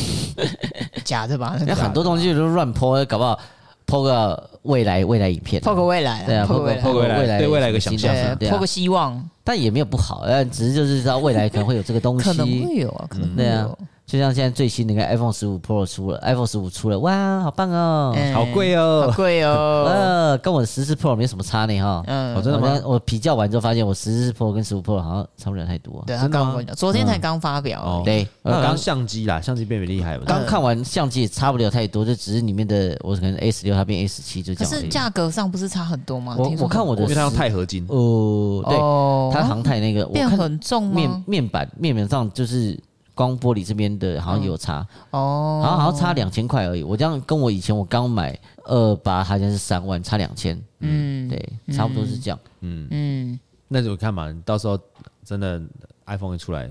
假 的吧？
那
那个
很多东西都乱泼，搞不好泼个未来未来影片啊，
破个未来
对啊，
啦，破
泼
个未
个
来，
破
个
未来对未来有个
什么
想象
新的对
对，破
啊
个，希望，
但也没有不好，但只是就是知道未来可能会有这个东
可能
西。
会有啊，可能会
对啊
嗯
有。
就像现在最新的一个 iPhone 十五 Pro 出了，iPhone 十五出了，哇，好棒哦！
嗯
好贵哦
好、贵
嗯
哦。
呃，跟我的十四 Pro 没什么差呢哈。
哦，
嗯，
真的
我
吗
刚？我比较完之后发现，我十四 Pro 跟十五 Pro 好像差不了太多。
对，他
真的吗
刚跟我讲，昨天才刚发表而
哦
已。
对，我
那
刚
刚相机啦，相机变得厉害了。
刚看完相机也差不了太多，就只是里面的我可能 A 十六它变 A 十七就这
可
样而已。
是价格上不是差很多吗？
我
啊听说
我看我的
因为它用
十
钛合金，
哦，对，
哦，
它航太那个，我
变
看
很重
面
吗？
面板面板上就是光玻璃这边的，好像有差，
嗯哦，
好像好像差两千块而已。我这样跟我以前我刚买二八，它现在是三万，差两千，
嗯
对，差不多是这样。
嗯，
那就看嘛，你到时候真的 iPhone 一出来，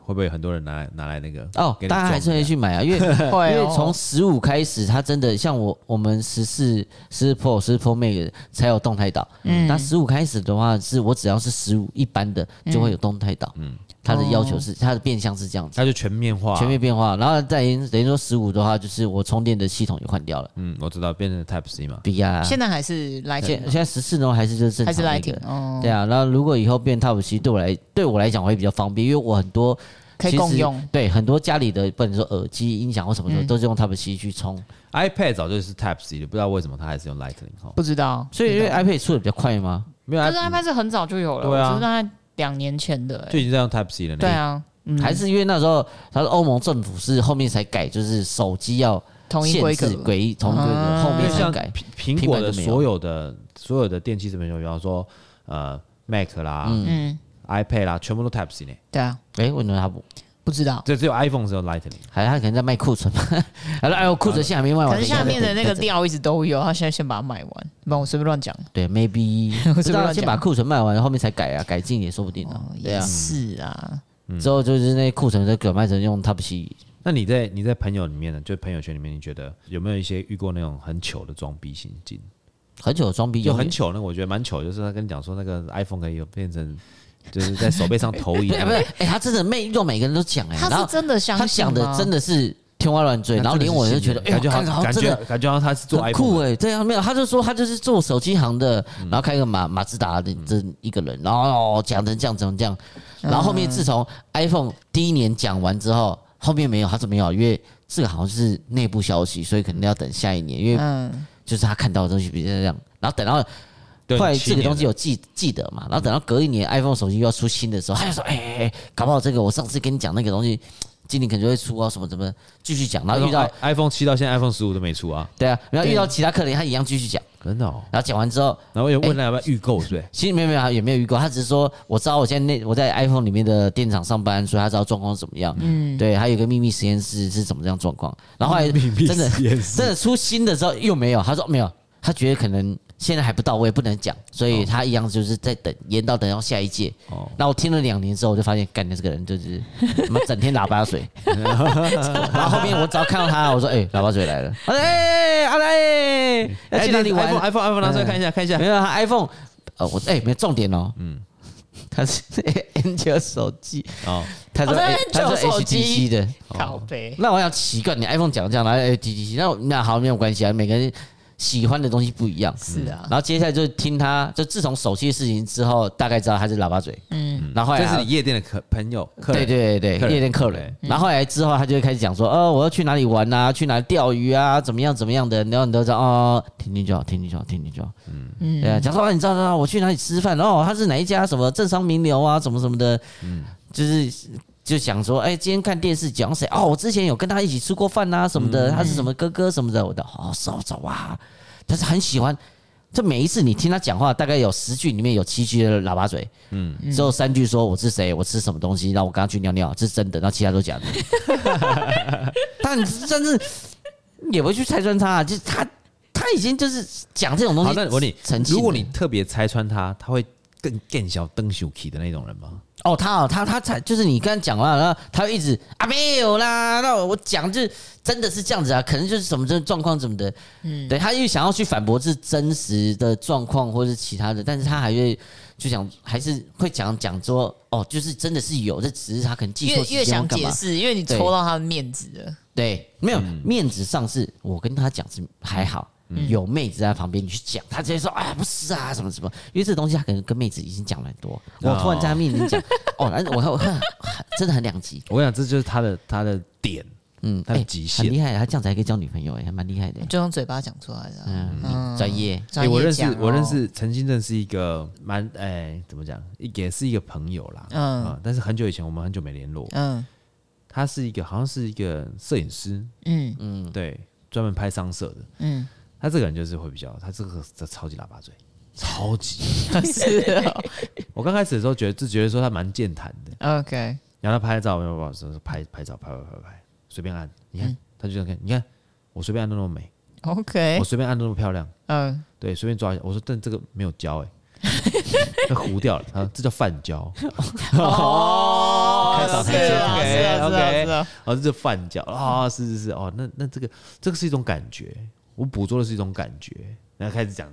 会不会有很多人拿来拿来那个？
哦
给，你
大家还是
装
会去买啊，因为
因
因为从十五开始，它真的像我我们十四、十四 Pro、十四 Pro Max 才有动态岛。嗯，那十五开始的话，是我只要是十五一般的就会有动态岛。嗯，它的要
哦
求是它的变相是这样子，
它就全面化，
全面变化。然后再等于说十五的话，就是我充电的系统也换掉了。
嗯，我知道变成 Type C 嘛，
比啊，
现
现
在还是来
现
挺
现在十四呢还是就是正
还是
常
来
那
挺
个。
哦，
对啊，然后如果以后变 Type C，对我来对我来讲会比较方便，因为我很多
可以共用。，
对很多家里的不能说耳机、音响或什么的、
嗯
都是用 Type C 去充。
iPad 早就是 Type C 的，不知道为什么它还是用 Lightning 哈。
不知道，
所以因为 iPad 出的比较快吗？
没有
可
i
是 iPad 是很早就有了，
对啊
我是大概两年前的欸，
就已经在用 Type C 了呢。
对啊，嗯
还是因为那时候他说欧盟政府是后面才改，就是手机要
同一
限
规格
制，规一同一规格，
啊
后
因为
面才
像
改。
苹苹果的
平板就没有
所有的所有的电器这边，就比方说呃 Mac 啦、
嗯，
iPad 啦，全部都 Type C 呢，
对啊，
哎，为什么他不？
不知道。
就只有 iPhone 是用 Lightning。
还他可能在卖库存吧？ 好了，哎呦，库存现在还没卖完。
可是下面的那个
店，
料一直都有，他现在先把它卖完，不然我随便乱讲。
对，maybe 不
不
知
知
道
道
先
先
把
把
库存卖完，后面才改啊，改进也说不定啊。对
哦也
啊，
是啊，
嗯
之后就是那库存的转卖成用 Type C，
那你在你在朋友里面呢，就朋友圈里面，你觉得有没有一些遇过那种很糗的装逼行径？
很久的装逼
就
永
很
远。
糗呢，我觉得蛮糗，就是他跟你讲说那个 iPhone 可以有变成，就是在手背上投 影。
哎，不是，哎，他真的每遇到每个人都讲哎，然
他
后
是真的相
他
信
讲的
吗
真的是天花乱坠，然后连我就觉得，哎呦，
感觉好
看好
像，感
真的
觉感觉好像他是做
很酷
iPhone 的。嗯
哎、对啊，没有，他就说他就是做手机行的，然后开个马马自达的这一个
嗯
人，然后哦讲成这样，怎么这样，然后后面自从 iPhone 第一年讲完之后，后面没有，他怎么有？因为这个好像是内部消息，所以可能要等下一年，因为
嗯，
就是他看到的东西比较这样，然后等到
对
后来
七
这个
年
东西
了
有记记得嘛，然后等到隔一年 iPhone 手机又要出新的时候，他就说：“哎、哎哎，搞不好这个我上次跟你讲那个东西，今年可能就会出啊，什么什么，继续讲。”然后遇到
啊 iPhone 七到现在 iPhone 十五都没出啊，
对啊，然后遇到
对
其他客人，他一样继续讲，
真的哦。
然后讲完之后，
然后也问他要不要预购，是不是？
其实没有没有也没有预告，他只是说我知道我现在那我在 iPhone 里面的电厂上班，所以他知道状况是怎么样。嗯，对，还有一个秘密实验室是怎么样状况。然后后来真的
实验室
真的出新的时候又没有，他说没有，他觉得可能现在还不到位，不能讲，所以他一样就是在等延到等到下一届。
哦
哦，那我听了两年之后，我就发现干的这个人就是他妈整天喇 叭水。然后后面我只要看到他，我说哎、喇叭水来了，他说哎阿来要去哪里玩？
哎
嗯
？iPhone iPhone 拿出来看一下，看一下
哎没。有他 iPhone，呃，我哎、没有重点哦，嗯，它是 N 九手机，
哦，
它是
哦它是
A- 它是
N9 手机
HTC 的，
靠背，
那我想奇怪，你 iPhone 讲这样，然后 HTC，那我那好没有关系啊，每个人喜欢的东西不一样，
是啊
然后接下来就听他，就自从手机的事情之后，大概知道他是喇叭嘴，嗯，然后后来
这
他
是你夜店的客朋友，客
对
人
对对
客
对，
人
夜店客人。然后后来之后，他就会开始讲说，呃，我要去哪里玩啊，去哪里钓鱼啊，怎么样怎么样的。然后你都知道，哦，听听就好，听听就好，听听就好。嗯，对啊，讲说啊，你知道啊，我去哪里吃饭，哦，他是哪一家什么政商名流啊，什么什么的，
嗯
就是。就想说，哎、今天看电视讲谁？哦，我之前有跟他一起吃过饭啊，什
嗯
么的，他是什么哥哥什么的，我的好少走啊，但是很喜欢。这每一次你听他讲话，大概有十句里面有七句的喇叭嘴，
嗯
只有三句说我是谁，我吃什么东西，然后我刚刚去尿尿，这是真的，然后其他都假的。 但但是也不会去拆穿他、啊，就是他他已经就是讲这种东西
好，。那我问你
澄，清
如果你特别拆穿他，他会更更小登小气的那种人吗？
哦，他哦，他他才就是你刚才讲完，然后他会一直啊没有啦，那我讲就是真的是这样子啊，可能就是什么这状况怎么的，嗯，对他又想要去反驳是真实的状况或是其他的，但是他还会就想还是会讲讲说哦，就是真的是有，这只是他可能记
越
错时
越
间或
想
干
解
嘛。
释，因为你
对
戳到他的面子了。
对，没有、
嗯
面子上是我跟他讲是还好，有妹子在旁边你去讲，他直接说啊不是啊什么什么，因为这东西他可能跟妹子已经讲了很多，我突然在他面前 讲，哦，那我 我真的很两极，哎
我想这就是他的他的点，嗯，他的极
很
限。
厉害，他这样子还可以交女朋友哎、还蛮厉害的、
就用嘴巴讲出来的啊，
嗯，专业，
欸
专业
我认识
讲哦
我认，识曾经认识一个蛮哎、怎么讲，也是一个朋友啦，嗯、
嗯
但是很久以前我们很久没联络。
嗯
他是一个好像是一个摄影师，
嗯嗯
对，专门拍商社的。
嗯，
他这个人就是会比较，他这个这超级喇叭嘴，超级。
是哦
我刚开始的时候觉得就觉得说他蛮健谈的，
，OK，
然后他拍照，没有办法说拍拍照，拍拍拍拍，随便按，你看、嗯他就这样看，你看我随便按都那么美，
OK，
我随便按都那么漂亮。
嗯，
对，随便抓一下。我说，但这个没有胶 哎、那糊掉了。他说这叫泛胶，
哦
开导
是
台阶
啊，是啊，是
OK，OK
啊，是啊，
哦，这叫泛胶啊、是是是，哦，那那这个这个是一种感觉，我捕捉的是一种感觉。然后开始讲，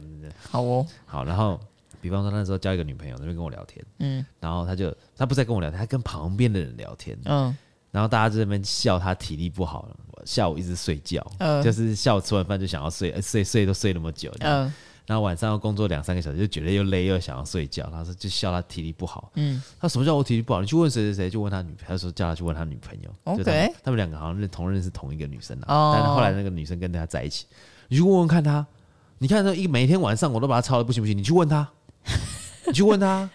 好哦，
好，然后比方说他那时候交一个女朋友，那边跟我聊天，嗯，然后他就他不是在跟我聊天，他跟旁边的人聊天，
嗯
然后大家就在那边笑他体力不好了，我下午一直睡觉，
嗯
就是下午吃完饭就想要睡，呃睡睡都睡那么久，
嗯
然后晚上要工作两三个小时，就觉得又累又想要睡觉，然后就笑他体力不好。
嗯
他什么叫我体力不好？你去问谁谁谁，就问他女朋友，他说叫他去问他女朋友。
OK
就他们他们两个好像认同认识同一个女生啊，
哦
但是后来那个女生跟他在一起，你去问问看他，你看他一每天晚上我都把他操的不行不行，你去问 他，你去问他。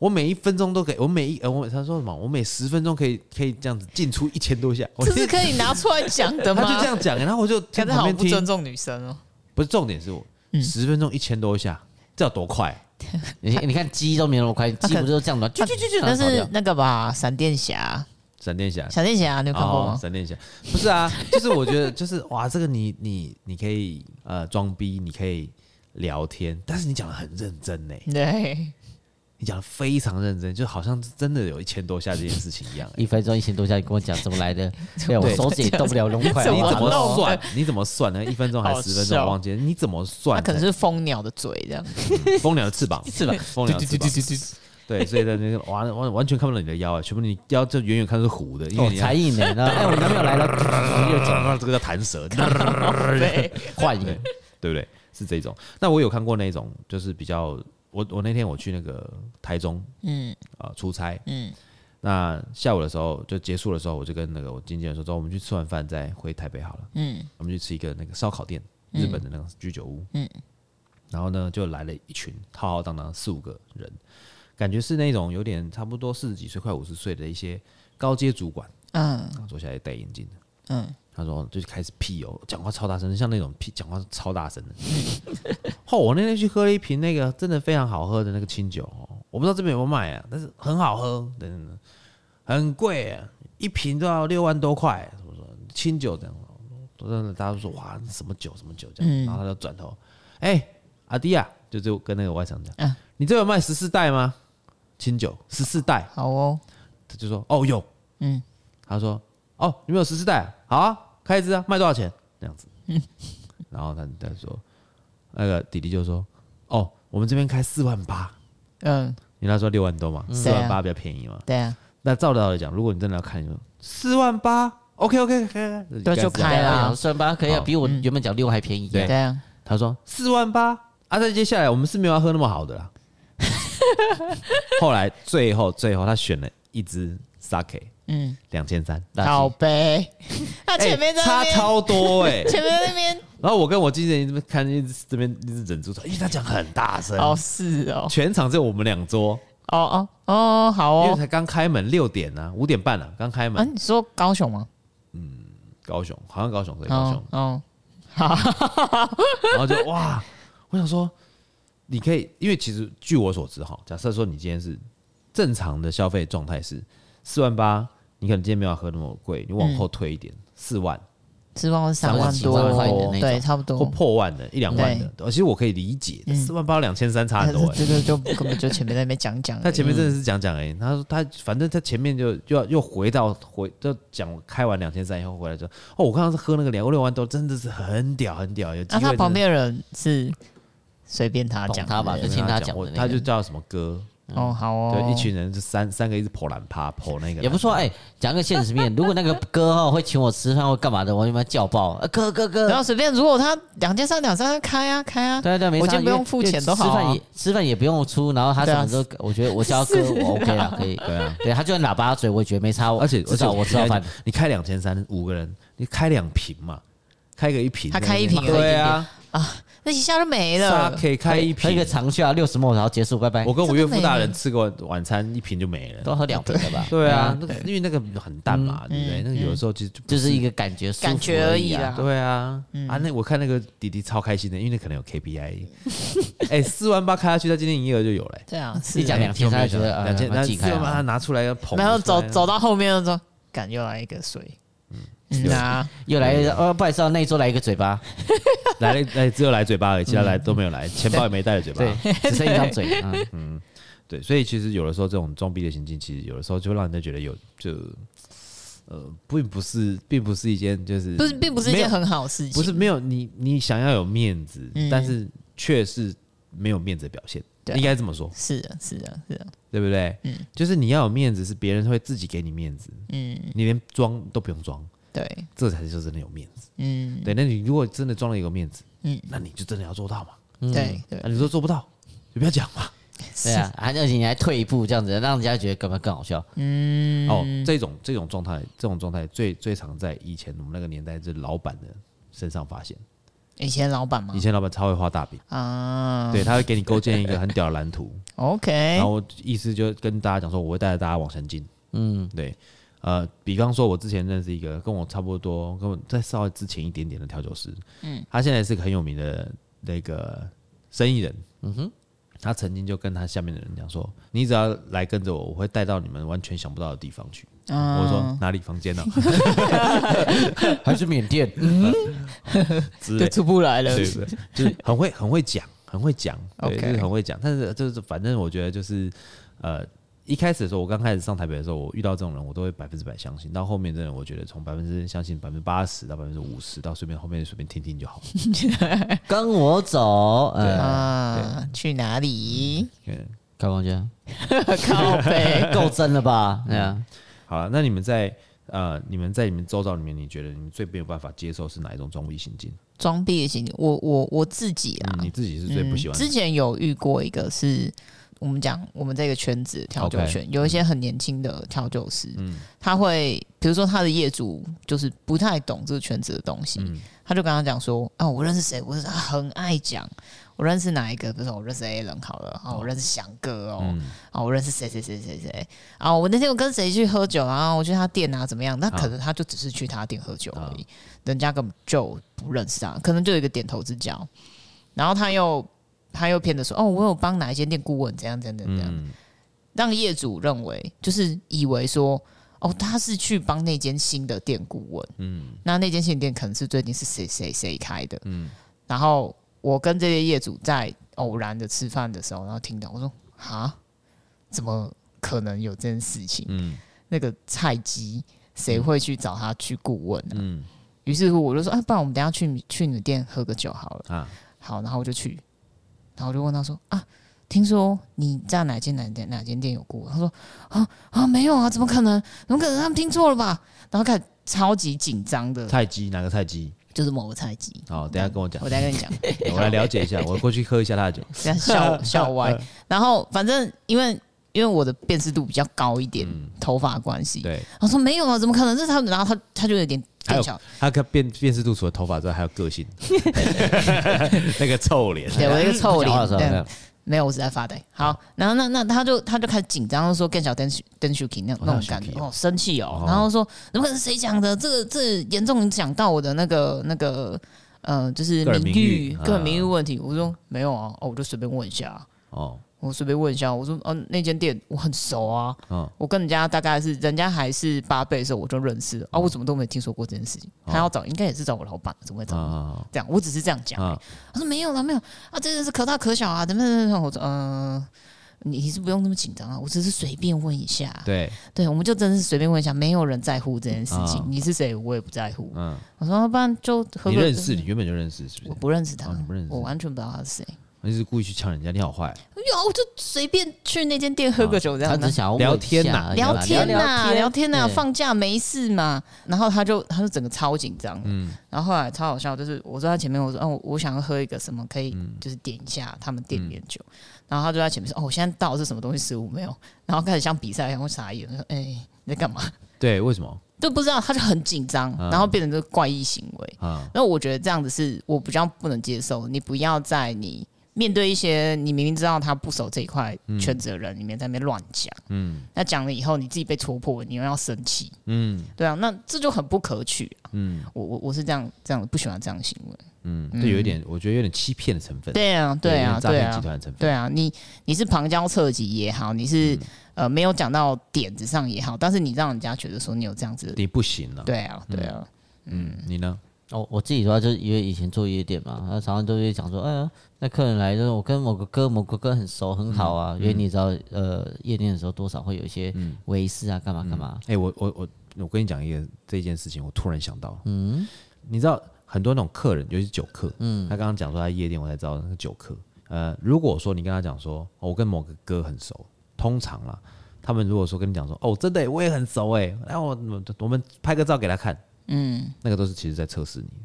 我每一分钟都可以，我每一呃我他说什么？我每十分钟可以可以这样子进出一千多下，我
这是
听
可以拿出来讲的
他
吗？
就这样讲，然后我就在
感觉
旁
好
边
不
听，
尊重女生哦。
不是重点是我
嗯
十分钟一千多下，这要多快？
你你看鸡都没有那 么快，鸡不就这样吗？啾啾啾啾，
那
然后跑
是
掉。
那个吧，闪电侠，
闪电侠，
闪电侠，你有看过
哦，
吗？
闪电侠不是啊， 就是我觉得就是哇，这个你你你可以呃装逼，你可以聊天，但是你讲的很认真呢，
对，
你讲的非常认真，就好像真的有一千多下这件事情一 样
一分钟一千多下，你跟我讲怎么来的？ 对我
对
手指也动不了龙块，
哎你
怎
我
么
怎
打不
么
弄
算？你怎么算呢？一分钟还是十分钟？
哦好笑
我忘记了。你怎么
他
算才？
可能是蜂鸟的嘴这样。
蜂鸟的翅 膀，翅膀，蜂鸟的翅膀。对，所以在那个完完完全看不到你的腰啊，全部你腰就远远看到是糊的，因为
哦
你要
才艺呢？然后哎，我男朋友来了， 又讲
这个叫弹舌，
对，
换一个。
对不对？是这种。那我有看过那种，就是比较我我那天我去那个台中，嗯，啊、出差，嗯，那下午的时候就结束的时候，我就跟那个我经纪人说，走，我们去吃完饭再回台北好了。嗯，我们去吃一个那个烧烤店，日本的那种居酒屋。嗯，然后呢，就来了一群浩浩荡荡四五个人，感觉是那种有点差不多四十几岁、快五十岁的一些高阶主管，
嗯
然后坐下来戴眼镜的。
嗯，
他说就是开始屁哦，讲话超大声，像那种屁讲话超大声的。 哦，我那天去喝了一瓶那个真的非常好喝的那个清酒哦，我不知道这边有没有卖啊，但是很好喝，等等等，很贵、啊，一瓶都要六万多块，什么什么清酒这样。我真的大家都说哇，那什么酒什么酒这样，
嗯
然后他就转头，哎、阿迪啊，就就跟那个外甥讲，
嗯
你这有卖十四袋吗？清酒十四袋，
好哦，
他就说哦有，嗯，他说哦你们有十四袋啊，好啊，开一支啊，卖多少钱？这样子， 然后他他说那个弟弟就说哦我们这边开四万八，
嗯，
因为他说六万多嘛，四
对啊
万八比较便宜嘛。
对啊，
那照道理讲，如果你真的要看，你说四万八，OK OK OK，
对啊就开啦哦嗯
算吧，可以啊，比我原本讲六还便宜。
对
对啊，
他说四万八啊，再接下来我们是没有要喝那么好的 啦。后来最后最后他选了一支 sake，
嗯，
两千三，
垃圾
好呗，他前面在 那
差
边，
超多哎、
前面在那边，
然后我跟我经纪人这边看，一直这边一直忍住说，因哎为他讲很大声，
哦是哦，
全场只有我们两桌，
哦哦哦，好
因为
哦，
才刚开门六点呢、啊，五点半了、啊，刚开
啊，
门。
你说高雄吗？
高雄好像高雄，对高雄
哦，哦，
然后就哇，我想说，你可以，因为其实据我所知哈，假设说你今天是正常的消费状态是四万八，你可能今天没有喝那么贵，你往后推一
嗯
点，四、万
四万或三万
三万
多哦
块的那种，
对，差不
或
多。
破万的一两万的，呃其实我可以理解，
嗯
四万八两千三差很多、欸。
这个就根本就前面在那边讲
嗯
讲而已，
他前面真的是讲讲哎，他说他反正他前面就就要又回到回就讲开完两千三以后回来就哦，我刚刚是喝那个两六万多，真的是很屌很屌，
啊
有机会
那、啊他
真的
旁边的人是随便他
懂
讲
他吧
对
就听他
他
讲的
我
那个
他就叫什么哥，
哦，好哦，
对，一群人就三三个一直跑懒趴跑那个
也不错，哎、讲个现实面，如果那个哥哈会请我吃饭或干嘛的，我就把他叫爆，啊、哥哥
然后
哥，
随便，如果他两件三两三开啊开啊，
对对，没
我
差
今天不用付钱都好
因为吃
啊
饭也吃饭也不用出，然后他
对
什
啊
么都，我觉得我叫他哥我 OK 啦，可以，
对啊，
对他就算喇叭嘴，我也觉得没差，
而且
至
而且
少我知道饭
你，你开两千三五个人，你开两瓶嘛，开个一瓶，
他开一瓶而已
对啊，
那一下就没
他
了，
可以开一
喝一
瓶
个，长袖啊，六十沫，然后结束，拜拜
我，跟我岳父大
真的没
人
了
吃个晚晚餐一瓶就没了。
都喝两瓶了 吧？嗯
对啊，那个因为那个很淡嘛，对不对？那个有的时候其实就
就是一个感觉舒服、
感觉而已
啊。
啦。
对啊，啊，那我看那个弟弟超开心的，因为那可能有 KPI。哎， 四万八开下去，他今天营业额就有了。
对啊，是
一讲两千三，觉得
两千，
呃
那
那四万八他拿出来要捧出来，啊
然后啊走走到后面就说，敢又来一个水，嗯啊，
又来一个哦，不好意思，哦，那一桌来一个嘴巴，
来了，哎，只有来嘴巴而
嗯
已，其他来都没有 来，钱包也没带着嘴巴。
对，只剩一张嘴，嗯，
对，所以其实有的时候这种装逼的行径，其实有的时候就让人家觉得有就呃，并不是，并不是一件就是
不是，并不是一件很好的事情，
不是没有你你想要有面子，但是却是没有面子的表现，
对啊
应该这么说，
是的，是的，是的，
对不对？嗯，就是你要有面子，是别人会自己给你面子，嗯，你连装都不用装，
对，
这才是就真的有面子。
嗯，
对，那你如果真的装了有面子，嗯
嗯，
那你就真的要做到嘛？
对对
啊，你说做不到，就不要讲嘛。
对啊，而且你还退一步这样子，让人家觉得根本更好笑。
嗯
哦，这种这种状态，这种状态最最常在以前我们那个年代，就是老板的身上发现。
以前老板嘛
以，前老板超会画大饼，
啊
对，他会给你构建一个很屌的蓝图，
，OK，
然后我意思就跟大家讲说，我会带着大家往前进。嗯，对，呃，比方说，我之前认识一个跟我差不多，跟我再稍微之前一点点的调酒师，嗯，他现在是个很有名的那个生意人，嗯哼，他曾经就跟他下面的人讲说，你只要来跟着我，我会带到你们完全想不到的地方去。
嗯
我说哪里房间 呢、
还是缅甸，
嗯
之类
就
的
出不来了，
对对，就是很会很会讲，很会讲，对
OK
就是很会讲。但是就是反正我觉得就是呃，一开始的时候，我刚开始上台北的时候，我遇到这种人，我都会百分之百相信。到后面真的，我觉得从百分之相信百分之八十到百分之五十，到随便后面随便听听就好。
跟我走，呃，
啊，去哪里？
嗯，
开房间，
靠北，
够真了吧？对
嗯
啊，
好了，那你们在呃，你们在你们周遭里面，你觉得你们最没有办法接受是哪一种装逼行径？
装逼的行径，我我我自己啊
嗯，你自己是最不喜欢
之前有遇过一个是，我们讲我们这个圈子调酒
OK 嗯
圈有一些很年轻的调酒师，他会比如说他的业主就是不太懂这个圈子的东西，
嗯
他就跟他讲说啊，我认识谁，我认识他很爱讲。我认识哪一个？比如哦说我认识 A 人好了，哦，我认识翔哥哦，
嗯
哦，我认识谁谁谁谁谁啊！我那天我跟谁去喝酒，然后我去他店啊，怎么样？那可能他就只是去他店喝酒而已，人家根本就不认识他，可能就有一个点头之交。然后他又他又骗着说，哦，我有帮哪一间店顾问，怎样怎样怎样
嗯
怎样，让业主认为就是以为说，哦，他是去帮那间新的店顾问，嗯，那那间新的店可能是最近是谁谁谁开的，嗯，然后我跟这些业主在偶然的吃饭的时候，然后听到我说，哈，怎么可能有这件事情？
嗯
那个菜鸡谁会去找他去顾问呢、
嗯
于是乎我就说，啊，不然我们等一下去你去你的店喝个酒好了。
啊，
好，然后我就去，然后我就问他说啊，听说你在哪间哪间哪间店有过？他说啊啊没有啊，怎么可能？怎么可能？他们听错了吧？然后开始超级紧张的，
菜鸡哪个菜鸡？
就是某个菜鸡。
好，等一下跟我讲
我，再跟你讲，
我来了解一下，我过去喝一下他的 酒。
这样笑笑歪。然后反正因为因为我的辨识度比较高一点，头发的关系。
对，
我说没有啊，怎么可能？这是他们，然后他他就有点
还
更
有
小，
他看辨辨识度除了头发之外，还有个 性，那个臭脸。
对我一个臭
啊讲话
脸
的时，候
对
这样
没有，我只在发呆。好，然后那那他就他就开始紧张，就说更小灯灯 shuki 那种
哦
那种感觉，
Shuki
哦，生气
哦，
哦然后说怎么可能谁讲的？这个这严重影响到我的那个那个呃，就是
个人
名
名誉
誉
啊
个人名誉问题。我说没有啊，哦，我就随便问一下啊，
哦，
我随便问一下。我说嗯、那间店我很熟啊，
哦
我跟人家大概是人家还是八倍的时候我就认识了
嗯
啊，我怎么都没听说过这件事情。他要找应该也是找我老板，怎么会
啊
找你？
啊
这样，我只是这样讲。
啊！
他说没有了，没有啊，这件事可大可小啊，等等等等。我说，嗯、你你是不用那么紧张啊，我只是随便问一下。
对，
对，我们就真的是随便问一下，没有人在乎这件事情。
啊
你是谁，我也不在乎。
嗯，
我说，啊不嗯然就喝
你
个
认识，你原本就认识，是
我
不是？
不认识他，
哦你不认识
我完全不知道他是谁。
你是故意去呛人家，你好坏。
有，我就随便去那间
啊
店喝个酒这
啊他
样啊
只
子。
想要
聊天呐
呐，
聊天
呐、
呐、聊天呐、
啊对
放假没事嘛。然后他就他就整个超紧张，嗯，然后后来超好笑，就是我坐在前面，我说，哦、我我想要喝一个什么，可以就是点一下他们店里面酒。然后他就在前面说，哦，我现在倒的是什么东西食物没有？然后开始像比赛一样，我傻眼，我说，哎、你在干嘛？
对，为什么
就不知道，他就很紧张，
啊
然后变成这个怪异行为。
啊？
那我觉得这样子是我比较不能接受。你不要在你面对一些你明明知道他不熟这一块
嗯
圈子的人里面，在那边乱讲，嗯，那讲了以后你自己被戳破，你又要生气，
嗯
对啊，那这就很不可取、啊。
嗯
我我我是这样这样不喜欢这样的行为。
嗯，这有一点，我觉得有点欺骗的成分。
对啊，
有
对
点
啊，
诈
对
骗集
啊。
团的成分。
对啊，你你是旁敲侧击也好，你
嗯
是、呃没有讲到点子上也好，但是你让人家觉得说你有这样子的，
你不行了。
对啊，对啊，
嗯，你呢？
哦，我自己的话就是因为以前做夜店嘛，然后常常都会讲说，哎呀，那客人来就是我跟某个哥某个哥很熟很好
嗯
啊，因为你知道，呃，夜店的时候多少会有一些维斯啊，干嘛干
嗯
嘛，
哎、我我我我跟你讲一个这件事情，我突然想到，嗯，你知道很多那种客人，尤其是酒客，嗯，他刚刚讲说他在夜店，我才知道那个酒客。呃，如果说你跟他讲说，哦我跟某个哥很熟，通常啦，他们如果说跟你讲说，哦，真的耶，我也很熟哎，来我我我们拍个照给他看，嗯，那个都是其实在测试你。嗯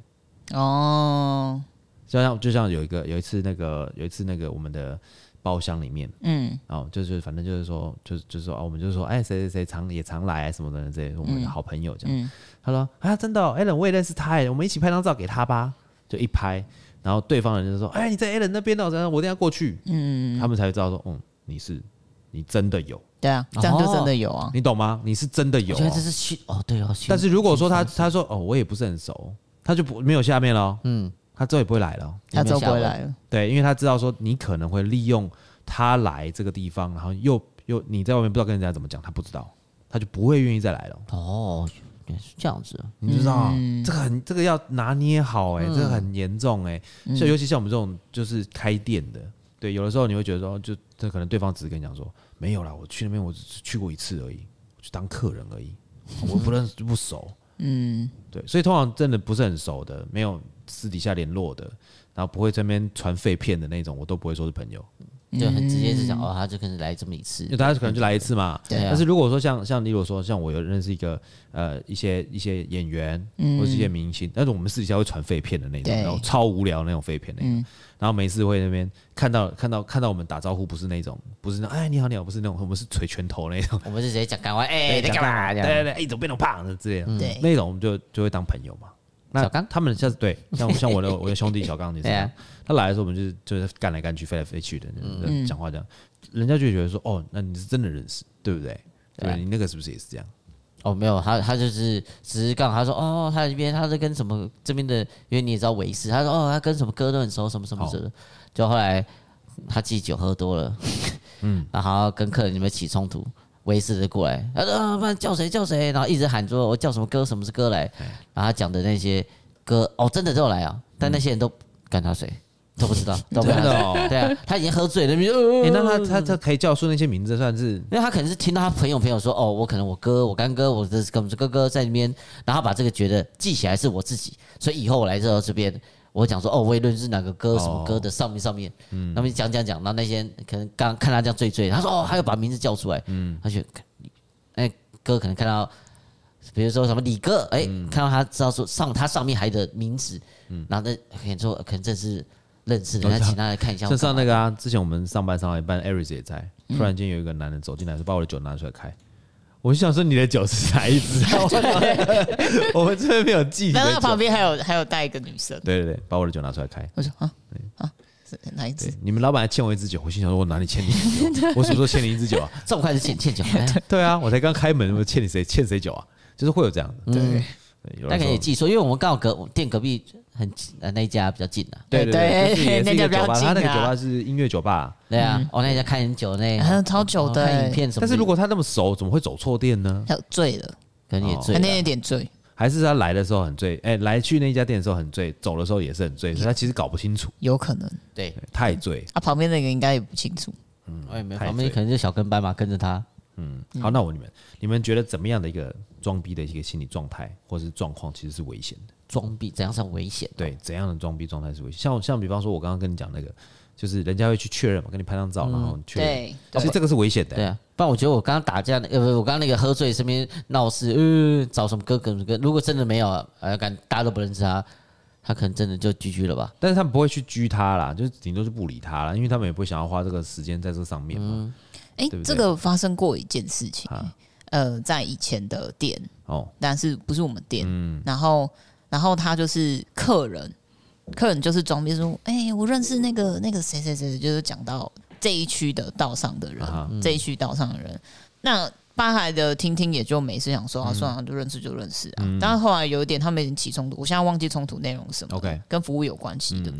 哦，
就像就像有一个有一次那个有一次那个我们的包厢里面，嗯，哦，就是反正就是说就是就是说啊，我们就说哎谁谁谁常也常来啊什么的这些我们的好朋友这样，他说啊真的、哦、a l n 我也认识他哎，我们一起拍张照给他吧，就一拍，然后对方人就说哎你在 a l n 那边哦，然后我一定要过去，嗯，他们才会知道说嗯你是你真的有，
对啊，这样就真的有啊，
你懂吗？你是真的有、
我觉得
哦
这，是虚哦，对哦，虚
但是如果说他他说哦我也不是很熟，他就不没有下面了，嗯，他之后也不会来了哦。
他之后不会来了。
对，因为他知道说你可能会利用他来这个地方，然后又又你在外面不知道跟人家怎么讲，他不知道，他就不会愿意再来了。
哦，原来是这样子，啊
你知道、这个很这个要拿捏好哎、这个很严重哎、所以尤其像我们这种就是开店的，对，有的时候你会觉得哦说，就这可能对方只是跟你讲说没有啦，我去那边我只是去过一次而已，我去当客人而已，我不认识不熟，嗯，对，所以通常真的不是很熟的，没有私底下联络的，然后不会这边传废片的那种，我都不会说是朋友。
就很直接就
嗯
讲哦，他就可能来这么一次
因为，大家可能就来一次嘛。
对啊
但是如果说像像例如说像我有认识一个呃一些一些演员
嗯
或者是一些明星，但是我们私底下会传废片的那种，
对
然后超无聊那种废片那种，
嗯
然后每次会那边看到看到看到我们打招呼不是那种不是那种哎你好你好不是那种我们是捶拳头那种，
我们就直接讲赶快哎，在干嘛这
对
样？
对
嗯
对，哎你怎么变那么胖的之类的，
对
那种我们就就会当朋友嘛。那
小刚
他们像 对像像我的我的兄弟小刚也是这样
对啊，
他来的时候我们就是就是干来干去飞来飞去的，就是
嗯
讲话这样，人家就会觉得说哦，那你是真的认识，对不对？
对啊
对你那个是不是也是这样？
哦，没有，他他就是只是刚好他说哦，他这边他在跟什么这边的，因为你也知道维斯，他说哦，他跟什么歌都很熟，什么什么什么，就后来他自己酒喝多了，嗯， 然后跟客人里面起冲突，维斯就过来，他说啊，不然叫谁叫谁，然后一直喊说我叫什么歌什么是歌来，然后他讲的那些歌哦，真的都有来啊，但那些人都干他谁都不知道， 都不知
嗯真的
道
哦，
对啊，他已经喝醉了，呃你就
哎，那他他他可以叫出那些名字，算是
因为他可能是听到他朋友朋友说，哦，我可能我哥、我干哥、我的跟我哥哥在那边，然后他把这个觉得记起来是我自己，所以以后我来到这边，我讲说，哦，我也认识哪个歌
哦
什么歌的上面上面，
嗯
那么讲讲讲，然后那些人可能刚看他这样醉醉，他说，哦，他又把名字叫出来，他就那哥可能看到。比如说什么李哥，哎、看到他知道说上他上面还的名字，然后那可能说呃可能这是认识的，
我
那
嗯知道
请他来看 一下。
像上那个啊，之前我们上班上到一半，Aris 也在，
嗯
突然间有一个男人走进来，说把我的酒拿出来开。我就想说你的酒是哪一支 啊？我我们这边没有记你
然后
的
他
酒
旁。边还有还有带一个女生，
对对对，把我的酒拿出来开。
我说啊啊，是哪一
对
只？，
你们老板还欠我一支酒，我心想说我哪里欠你一支酒？我什么时候欠你一支酒啊？
这么快就欠欠酒，哎
对啊，我才刚开门，我欠你谁欠谁酒啊？就是会有这样的。
对
对，有
大
人
概也
说
记错，因为我们刚好隔我店隔壁很呃那一家比较近啊。
对
对
对，就是也是一
那家
个
比较
酒吧，他那个
近啊
酒吧是音乐酒吧，
对啊，哦那一家看很久呢，
嗯啊超久的
哦看
欸
影片什么的。
但是如果他那么熟，怎么会走错店呢？
他醉了，
可能也
他
哦
醉
那有
了，
点醉，
还是他来的时候很醉？哎，来去那家店的时候很醉，走的时候也是很醉，所以他其实搞不清楚，
有可能。
对，
对太醉。
啊，旁边那个应该也不清楚。
嗯我也没有，
太醉
旁边可能就小跟班嘛，跟着他。
好，那我问你们，你们觉得怎么样的一个装逼的一个心理状态或是状况，其实是危险的？
装逼怎样算危险？
对，怎样的装逼状态是危险？像像比方说，我刚刚跟你讲那个，就是人家会去确认嘛，跟你拍张照，然后确认，
对，
其实这个是危险的
对。啊，不然我觉得我刚刚打架那呃，不是我刚刚那个喝醉身边闹事，呃，找什么哥哥什么哥，如果真的没有啊，呃，敢大家都不认识他，他可能真的就 GG 了吧？
但是他们不会去拘他啦，就是顶多是不理他啦，因为他们也不会想要花这个时间在这上面嘛。
哎
对不对，
这个发生过一件事情
啊，
呃，在以前的店，
哦，
但是不是我们店，
嗯
然后然后他就是客人，客人就是装逼说，哎、我认识那个那个谁谁谁，就是讲到这一区的道上的人，
啊
这一区道上的人，那。八海的听听也就没事，想
嗯
说啊，算了，就认识就认识啊。但是后来有一点，他们已经起冲突，我现在忘记冲突内容是什么了
OK
跟服务有关系
嗯
的。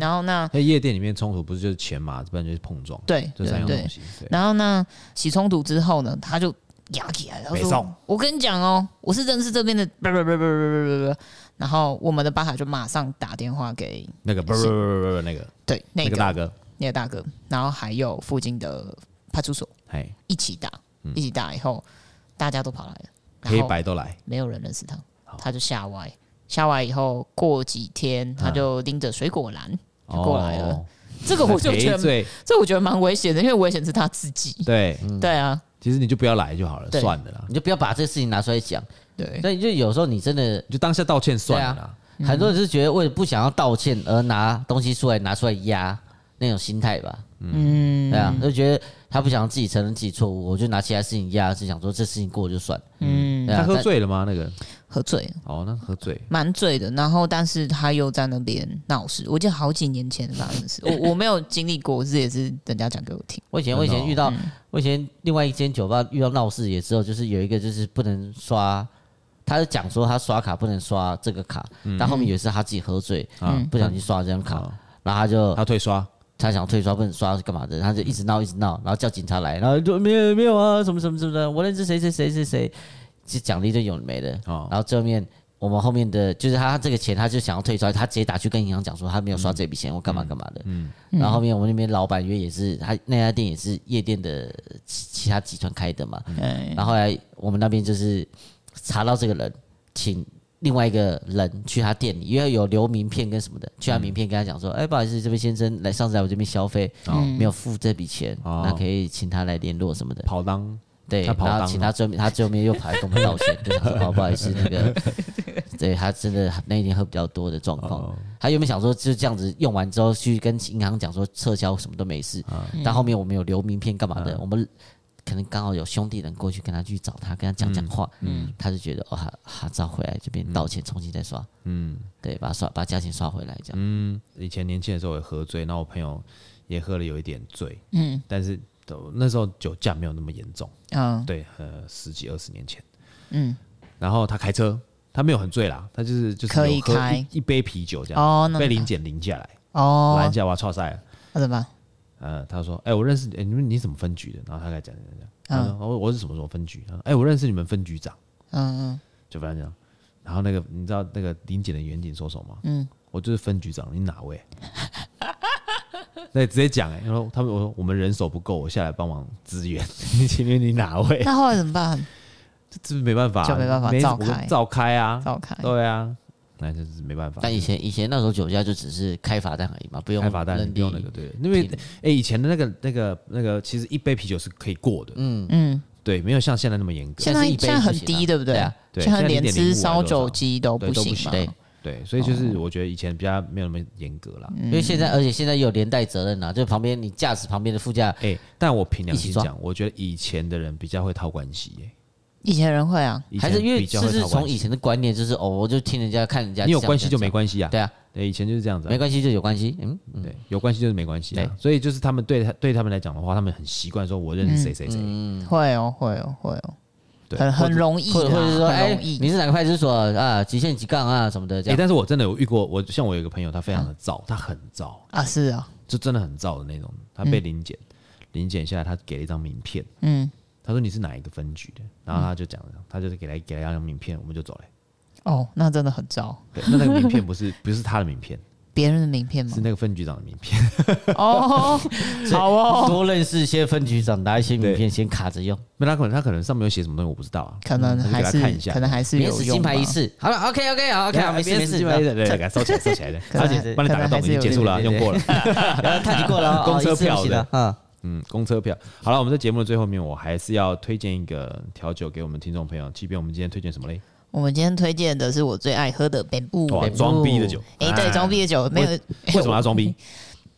然后那
在夜店里面冲突不是就是钱嘛，不然就是碰撞，
对
这
对
三样
对
东，西。对，
然后呢，起冲突之后呢，他就压起来，他
北宋
说：“我跟你讲哦，我是认识这边的。”不不不不不不不不。然后我们的巴卡就马上打电话给
那个不不不不不那个
对
那
那个
个大哥，
那个大哥，然后还有附近的派出所
哎，
一起打，一起打以后，大家都跑来了，然
黑
后
白都来，
没有人认识他，他就吓歪。吓歪以后，过几天他就拎着水果篮就过来了。
啊哦，
这个我就觉
赔
得，
罪。
这我觉得蛮危险的，因为危险是他自己。
对，
对啊，
其实你就不要来就好了，
对
算了啦，
你就不要把这个事情拿出来讲。
对，
所以就有时候你真的
你就当下道歉算了
对
啦。
很多人是觉得为了不想要道歉而拿东西出来拿出来压那种心态吧，嗯，对啊，就觉得他不想自己承认自己错误，我就拿其他事情压，是想说这事情过了就算，嗯，
他喝醉了吗？那个
喝醉了。
哦，那喝醉
蛮醉的，然后但是他又在那边闹事，我记得好几年前发 生的事，我我没有经历过，这也是人家讲给我听。
我以前
真的哦
我以前遇到、我以前另外一间酒吧遇到闹事也之后，就是有一个就是不能刷，他就讲说他刷卡不能刷这个卡，但后面有一次他自己喝醉，
啊，
不小心刷了这张卡，
嗯
然后他就
他退刷，
他想退刷不能刷是干嘛的，他就一直闹一直闹，然后叫警察来，然后就没有没有啊，什么什么什么的，我认识谁谁谁谁谁，就讲了一堆有的没的，
哦
然后最后面我们后面的就是他这个钱他就想要退刷，他直接打去跟银行讲说他没有刷这笔钱，我干嘛干嘛的，然后后面我们那边老板因为也是他那家店也是夜店的其其他集团开的嘛，
哎，
然后后来我们那边就是查到这个人，请另外一个人去他店里，因为有留名片跟什么的，去他名片跟他讲说：“哎、不好意思，这位先生来上次来我这边消费，没有付这笔钱，
哦
那可以请他来联络什么的。”
跑当
对，
他跑
然后
当
请
了
他最后面，他最后面又跑来跟我们道歉，就想说哦不好意思，那 个，对他真的那一天喝比较多的状
哦
况，他原本想说就这样子用完之后去跟银行讲说撤销什么都没事，
啊
但后面我们有留名片干嘛的，
嗯
我们可能刚好有兄弟人过去跟他去找他，跟他讲
嗯
讲话，他就觉得哦，他他只好回来这边道歉，重新再刷，嗯，对，把他刷把价钱刷回来这
嗯
样，
以前年轻的时候也喝醉，那我朋友也喝了有一点醉，嗯，但是都那时候酒驾没有那么严重，
嗯
对，呃，十几二十年前，
嗯，
然后他开车，他没有很醉啦，他就是就是
可以
有喝
开
一一杯啤酒
啊
这样，
哦，那
被林检拦下来，
哦
拦，下我要超赛了。
那怎么办？
呃，他说：“哎、我认识、哎你们，你怎么分局的？”然后他开始讲讲讲，他说：“哦我、我是什么什么分局？”他说：“哎、我认识你们分局长。”
嗯嗯，
就反正讲，然后那个你知道那个林检的远景说什么吗？
嗯，
我就是分局长，你哪位？ 对，直接讲哎、然后他们我说我们人手不够，我下来帮忙支援。你请问你哪
哎
位？
那后来怎么办？
这这没办法、
就没办法
什
照
么
开
照开啊，
照开，
对啊，那就是没办法。
但以前以前那时候酒驾就只是开罚单而已嘛，不用
开罚单
认
不用那
定
个对，因为
品
哎、以前的那个那个那个，其实一杯啤酒是可以过的，嗯，
嗯，
对，没有像现在那么严格，
现在
现在是一杯
现在很
不行啊
低，对不
对
对
啊？
对
现在
现在
连吃
0.05还
烧
是多
酒
少
鸡哦都
对
不
都不
行
行
嘛。
对。
对，所以就是我觉得以前比较没有那么严格啦。
因为
嗯
现在，而且现在也有连带责任啦、啊就旁边你驾驶旁边的副驾，
哎、但我凭良心
一起抓
讲，我觉得以前的人比较会套关系、耶
以前人会啊，
以前
还是因为
比较
就
会
是
套
从
关
以
系。
前的观念，就是哦，我就听人家看人家，
你有关系就没关系啊
系，对啊，
对，以前就是这样子、啊
没，关系就有关系，嗯，
对，有关系就是没关系啊
对。
所以就是他们对他对他们来讲的话，他们很习惯说我认
嗯
识谁谁谁，
会哦，会哦，会哦，
对
很很容易啊，
或者或者是说，
很
哎，
容易。
你是哪个派出所啊？极限几杠啊什么的
哎、
这样，嗯
但是我真的有遇过，我像我有一个朋友，他非常的燥，他很燥，
啊，是啊，
就真的很燥的那种。他
嗯
被临检，临检下来，他给了一张名片，
嗯，
他说你是哪一个分局的，然
嗯
后他就讲了，他就是给他给他一张名片，我们就走了、
哦，那真的很糟，
对，那那个名片不是不是他的名 片，
哦
别人的名片吗
是？那个分局长的名片。
哦，好哦，
多认识一些分局长，拿一些名片先卡着用，
那他可能他可能上面有写什么东西，我不知道啊。
可
嗯
能还
我就给他看一
是
下，
可能还是
免
有
死
用
金
吧。
牌一次，好了，OK OK 好，OK 好，没事没事，
对啊对对，给 他收起来收起来的，
能
而且帮你打个洞，已经结束了，
可能还是有
用过了。
啊他已经过了哦，
公车
哦一次就
票
行
的
了，嗯，
嗯，公车票。好了，我们在节目的最后面，我还是要推荐一个调酒给我们听众朋友。即便我们今天推荐什么嘞？
我们今天推荐的是我最爱喝的本部，
哇，
北部
装逼的酒。
哦哎，对，装逼的酒没有，
啊。为什么要装逼？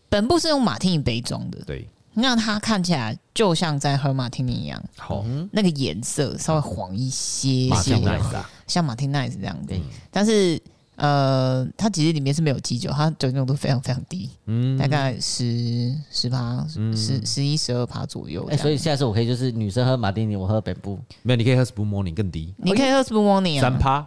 本部是用马提尼杯装的，
对，
那它看起来就像在喝马提尼一样，
好，
那个颜色稍微黄一些
马嗯
些
上，nice 啊，
像马丁奈斯这样子
对。
但是呃，它其实里面是没有基酒，它酒精浓度非常非常低，
嗯
大概十十趴、十十一、十二趴左右这
哎，
样。
所以下次我可以就是女生喝马丁尼，我喝本部，
没有，你可以喝 Spoon Morning 更低，
你可以喝 Spoon Warning
三
啊，
趴。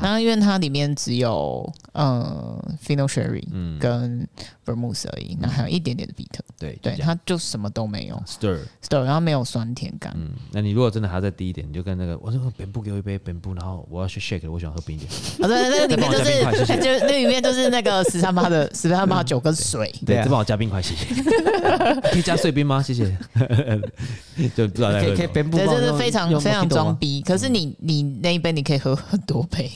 然后因为它里面只有呃 Fino Sherry
嗯
跟 Vermouth 而已，那还有一点点的比特，
对，
对，
他
它就什么都没有
Stir。
，Stir，然后没有酸甜感，
嗯，那你如果真的还要再低一点，你就跟那个我说本部给我一杯本部，然后我要去 shake，我喜欢喝冰一点。
啊，对，那个里面就
再帮我加冰块
是
谢
就那里面就是那个十三 趴的十三趴酒跟水，
对，
对啊
再帮我加冰块，谢谢。可以加碎冰吗？谢谢。就不知道在
可以
喝
可
什
以
么。
本部
对，
帮我
这
用，
是非常
用啊
非常
啊
Mojito 吗
装逼。
嗯
可是你你那一杯你可以喝很多杯，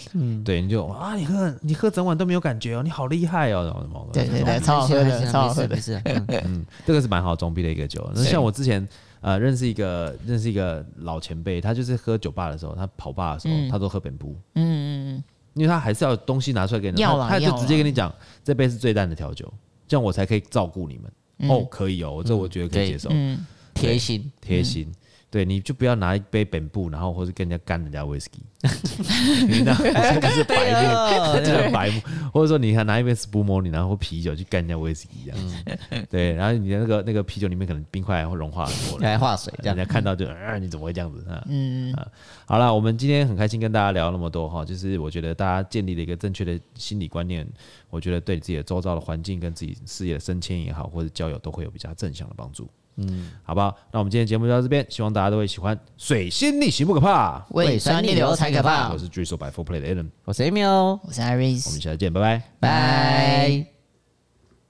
对，你就啊，你喝你喝整晚都没有感觉哦，你好厉害哦，然后什么的。
对对对，
没事
超好喝
没事
的，超好喝的
没。事没事嗯
嗯，这个是蛮好装逼的一个酒。那像我之前呃认识一个认识一个老前辈，他就是喝酒吧的时候，他跑吧的时候，他都喝本部。嗯嗯嗯，因为他还是要有东西拿出来给你，
要
他
啦
他
要
就
啦
直接跟你讲，这杯是最淡的调酒，这样我才可以照顾你们。哦，可以哦，这我觉得可以
对
接受，
嗯，
贴心，
贴心。对，你就不要拿一杯本部，然后或是跟人家干人家 whisky，你那就是白目。
了
这个白目，或者说你还拿一杯 Spoon Morning，然后啤酒去干人家威士忌这样子，对，然后你的那个那个啤酒里面可能冰块会融化很多了。
来化水这
人
样。
家看到就，啊，你怎么会这样子啊？嗯、啊，好了，我们今天很开心跟大家聊那么多哈，就是我觉得大家建立了一个正确的心理观念，我觉得对自己的周遭的环境跟自己事业的升迁也好，或者交友都会有比较正向的帮助。嗯，好不好？那我们今天节目就到这边，希望大家都会喜欢。水星逆行不可怕，
胃酸逆流才可怕
我。是巨手百 Four Play 的 Alan，
我是 Amy 哦，
我是 Iris，
我们下次见，拜拜。
拜。